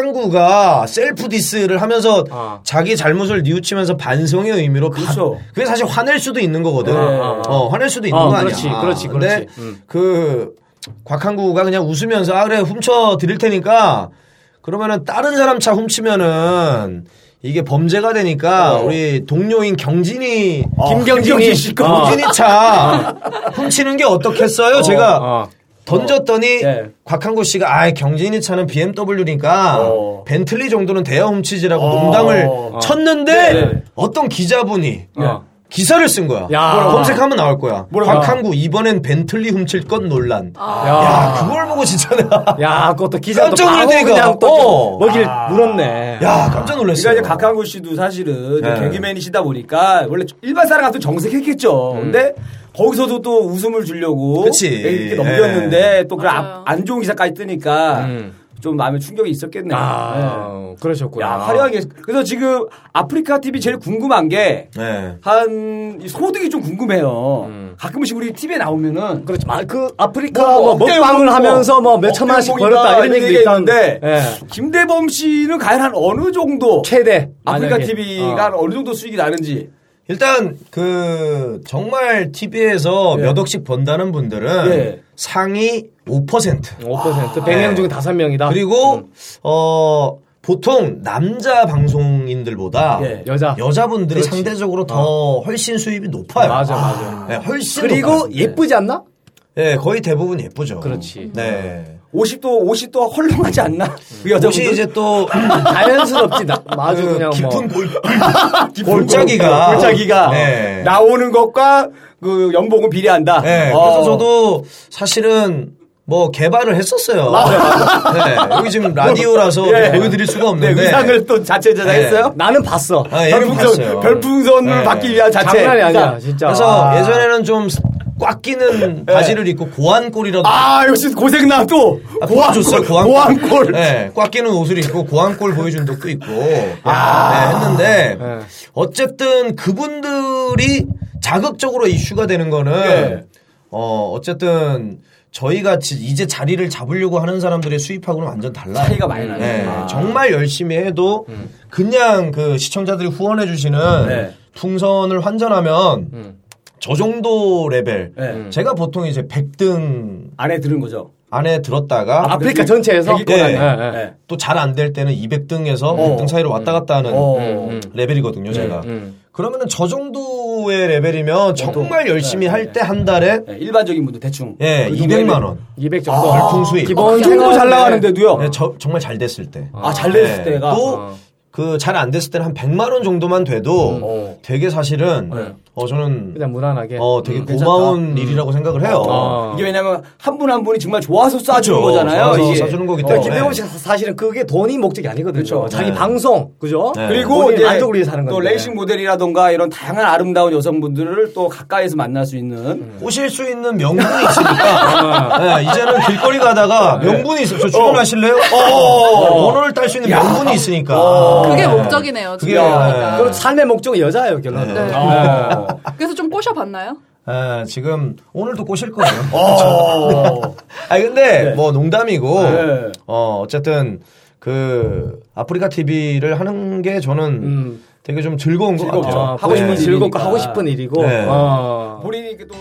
C: 곽한구가 셀프 디스를 하면서
A: 아.
C: 자기 잘못을 뉘우치면서 반성의 의미로
B: 그렇죠.
C: 반- 그게 사실 화낼 수도 있는 거거든.
B: 아.
C: 어, 화낼 수도 있는
A: 어,
C: 거
A: 그렇지,
C: 아니야.
A: 그렇지,
C: 근데
A: 그렇지. 음.
C: 그 곽한구가 그냥 웃으면서 아 그래 훔쳐 드릴 테니까 그러면은 다른 사람 차 훔치면은 이게 범죄가 되니까 우리 동료인 경진이
A: 어. 김경진이.
B: 김경진 씨
A: 어.
C: 경진이 차 훔치는 게 어떻겠어요? 제가
A: 어.
C: 던졌더니
B: 예.
C: 곽한구 씨가 아 경진이 차는 BMW니까
B: 어.
C: 벤틀리 정도는 대여 훔치지라고
B: 어.
C: 농담을
B: 어.
C: 쳤는데
B: 네, 네.
C: 어떤 기자분이
A: 어.
C: 기사를 쓴 거야.
A: 야.
C: 그걸 검색하면 나올 거야.
B: 뭐라고요?
C: 곽한구 이번엔 벤틀리 훔칠 것 논란.
D: 아. 어.
A: 야.
C: 야 그걸 보고 진짜 내가
A: 야, 그것도 기자 또
C: 깜짝
A: 바로
C: 놀랐네, 이거.
A: 그냥 또
C: 어.
A: 먹이를 물었네.
C: 야 깜짝 놀랐어.
B: 그러니까 이제 박한구 씨도 사실은
C: 네.
B: 개그맨이시다 보니까 원래 일반 사람 같으면 정색했겠죠.
A: 음.
B: 근데 거기서도 또 웃음을 주려고 예,
C: 그치.
A: 예.
B: 이렇게 넘겼는데 또 그런
D: 맞아요.
B: 안 좋은 기사 까지 뜨니까
A: 음.
B: 좀 마음에 충격이 있었겠네요. 네.
A: 아, 그러셨구나.
B: 야, 화려하게. 그래서 지금 아프리카 TV 제일 궁금한 게
C: 네.
B: 한이 소득이 좀 궁금해요. 가끔씩 우리 TV에 나오면은
A: 그렇지. 아, 그 아프리카 음. 뭐,
B: 어깨
A: 먹방을
B: 운동,
A: 하면서 뭐
B: 어깨
A: 몇천 원씩
B: 운동이다
A: 벌었다 이런 얘기도 있다는데. 예.
B: 얘기가 있는데 김대범 씨는 과연 한 어느 정도
A: 최대.
B: 아프리카
A: 만약에.
B: TV가
A: 어.
B: 어느 정도 수익이 나는지
C: 일단 그 정말 TV에서
B: 예.
C: 몇 억씩 번다는 분들은
B: 예.
C: 상위 5%.
A: 5%. 어. 아, 100명 중에 5명이다.
C: 그리고 어 보통 남자 방송인들보다
B: 예,
A: 여자.
C: 여자분들이 상대적으로 더 훨씬 수입이 높아요.
A: 맞아, 맞아.
C: 네, 훨씬
A: 그리고
C: 높아요.
A: 예쁘지 않나?
C: 예, 거의 대부분 예쁘죠.
A: 그렇지.
C: 네.
B: 옷이 또 옷이 또 헐렁하지 않나? 그 여자분들
C: 혹시 이제 또
A: 자연스럽지. 나, 아주
C: 그
A: 그냥 뭐.
C: 깊은 골 골짜기가
B: 어, 골짜기가
C: 네.
B: 나오는 것과 그 연봉은 비례한다.
C: 네,
B: 어.
C: 그래서 저도 사실은 뭐 개발을 했었어요. 네, 여기 지금 라디오라서
B: 예.
C: 보여드릴 수가
B: 네,
C: 없는데.
B: 의상을 또 자체 제작했어요.
A: 나는 봤어.
C: 아, 얘는
B: 별풍선
C: 봤어요.
B: 별풍선을
C: 네.
B: 받기 위한 자체 그러니까
A: 장난이 아니야,
B: 의상.
A: 진짜.
C: 그래서
A: 아.
C: 예전에는 좀 꽉 끼는 바지를 입고 고안골이라도
B: 네. 아 역시 고생 나또
C: 아, 보여줬어요,
B: 고안골 고안골
C: 네, 꽉 끼는 옷을 입고 고안골 보여준 적도 있고
B: 아.
C: 네, 했는데 어쨌든 그분들이 자극적으로 이슈가 되는 거는
B: 예.
C: 어, 어쨌든 저희 같이 이제 자리를 잡으려고 하는 사람들의 수입하고는 완전 달라요.
B: 차이가 많이 나요.
C: 네,
B: 아.
C: 정말 열심히 해도 그냥 그 시청자들이 후원해 주시는
B: 네. 음.
C: 풍선을 환전하면 저 정도 레벨.
B: 네.
C: 제가 보통 이제 100등
B: 안에 들은 거죠.
C: 안에 들었다가
B: 그
A: 아프리카 전체에서
B: 되게 뻔하네.
A: 예, 예.
B: 네.
C: 또 잘 안 될 때는 200등에서
B: 어.
C: 100등 사이로 왔다 갔다 하는
B: 어.
C: 음,
B: 음.
C: 레벨이거든요, 제가. 그러면은 저 정도의 레벨이면 정말 열심히
B: 네,
C: 할 때 한 달에
B: 네, 일반적인 분들 대충.
C: 예,
B: 그
C: 200만 원.
A: 200 정도 네.
C: 아, 얼큰 수익.
A: 기본
B: 그 정도 잘
A: 생활-
B: 나가는데도요.
C: 예, 저- 정말 잘 됐을 때.
B: 아, 잘 됐을
C: 예,
B: 때가.
C: 또,
B: 어.
C: 그, 잘 안 됐을 때는 한 100만 원 정도만 돼도
B: 어.
C: 되게 사실은,
B: 네.
C: 어, 저는,
A: 그냥 무난하게
C: 어, 되게
B: 괜찮다. 음. 아.
C: 고마운 일이라고 생각을 해요.
A: 어.
B: 이게 왜냐면 한 분 한 분이 정말 좋아서 쏴주는
C: 그렇죠.
B: 거잖아요.
C: 좋아서
B: 이게. 어,
C: 쏴주는 거기
A: 그러니까
C: 때문에.
A: 김병호 씨가 사실은 그게 돈이 목적이 아니거든요.
B: 네. 그렇죠.
A: 자기
C: 네.
A: 방송 그죠?
C: 네.
B: 그리고
A: 본인
B: 이제
A: 만족을 위해 사는 건데.
B: 또 레이싱 모델이라던가 이런 다양한 아름다운 여성분들을 또 가까이서 만날 수 있는
C: 꼬실 수 있는 명분이 있으니까 예, 이제는 길거리 가다가
B: 네.
C: 명분이 있어요. 저 주문하실래요? 어, 번호를 딸 수 있는 명분이 있으니까.
D: 아, 그게
B: 어.
C: 예.
D: 목적이네요.
C: 그게
D: 지금
C: 예.
D: 보니까.
A: 그럼 삶의 목적은 여자예요 결론은.
D: 네.
B: 어.
D: 그래서 좀 꼬셔봤나요?
C: 예, 지금 오늘도 꼬실 거예요. 아니 근데 뭐 농담이고
B: 네.
C: 어 어쨌든 그 아프리카 TV를 하는 게 저는
A: 음.
C: 되게 좀 즐거운 것
B: 즐겁죠.
C: 같아요.
A: 아, 하고 싶은
B: 네.
A: 즐겁고 하고
B: 일이니까.
A: 싶은 일이고.
C: 네.
A: 어.
B: 본인이 이렇게 또.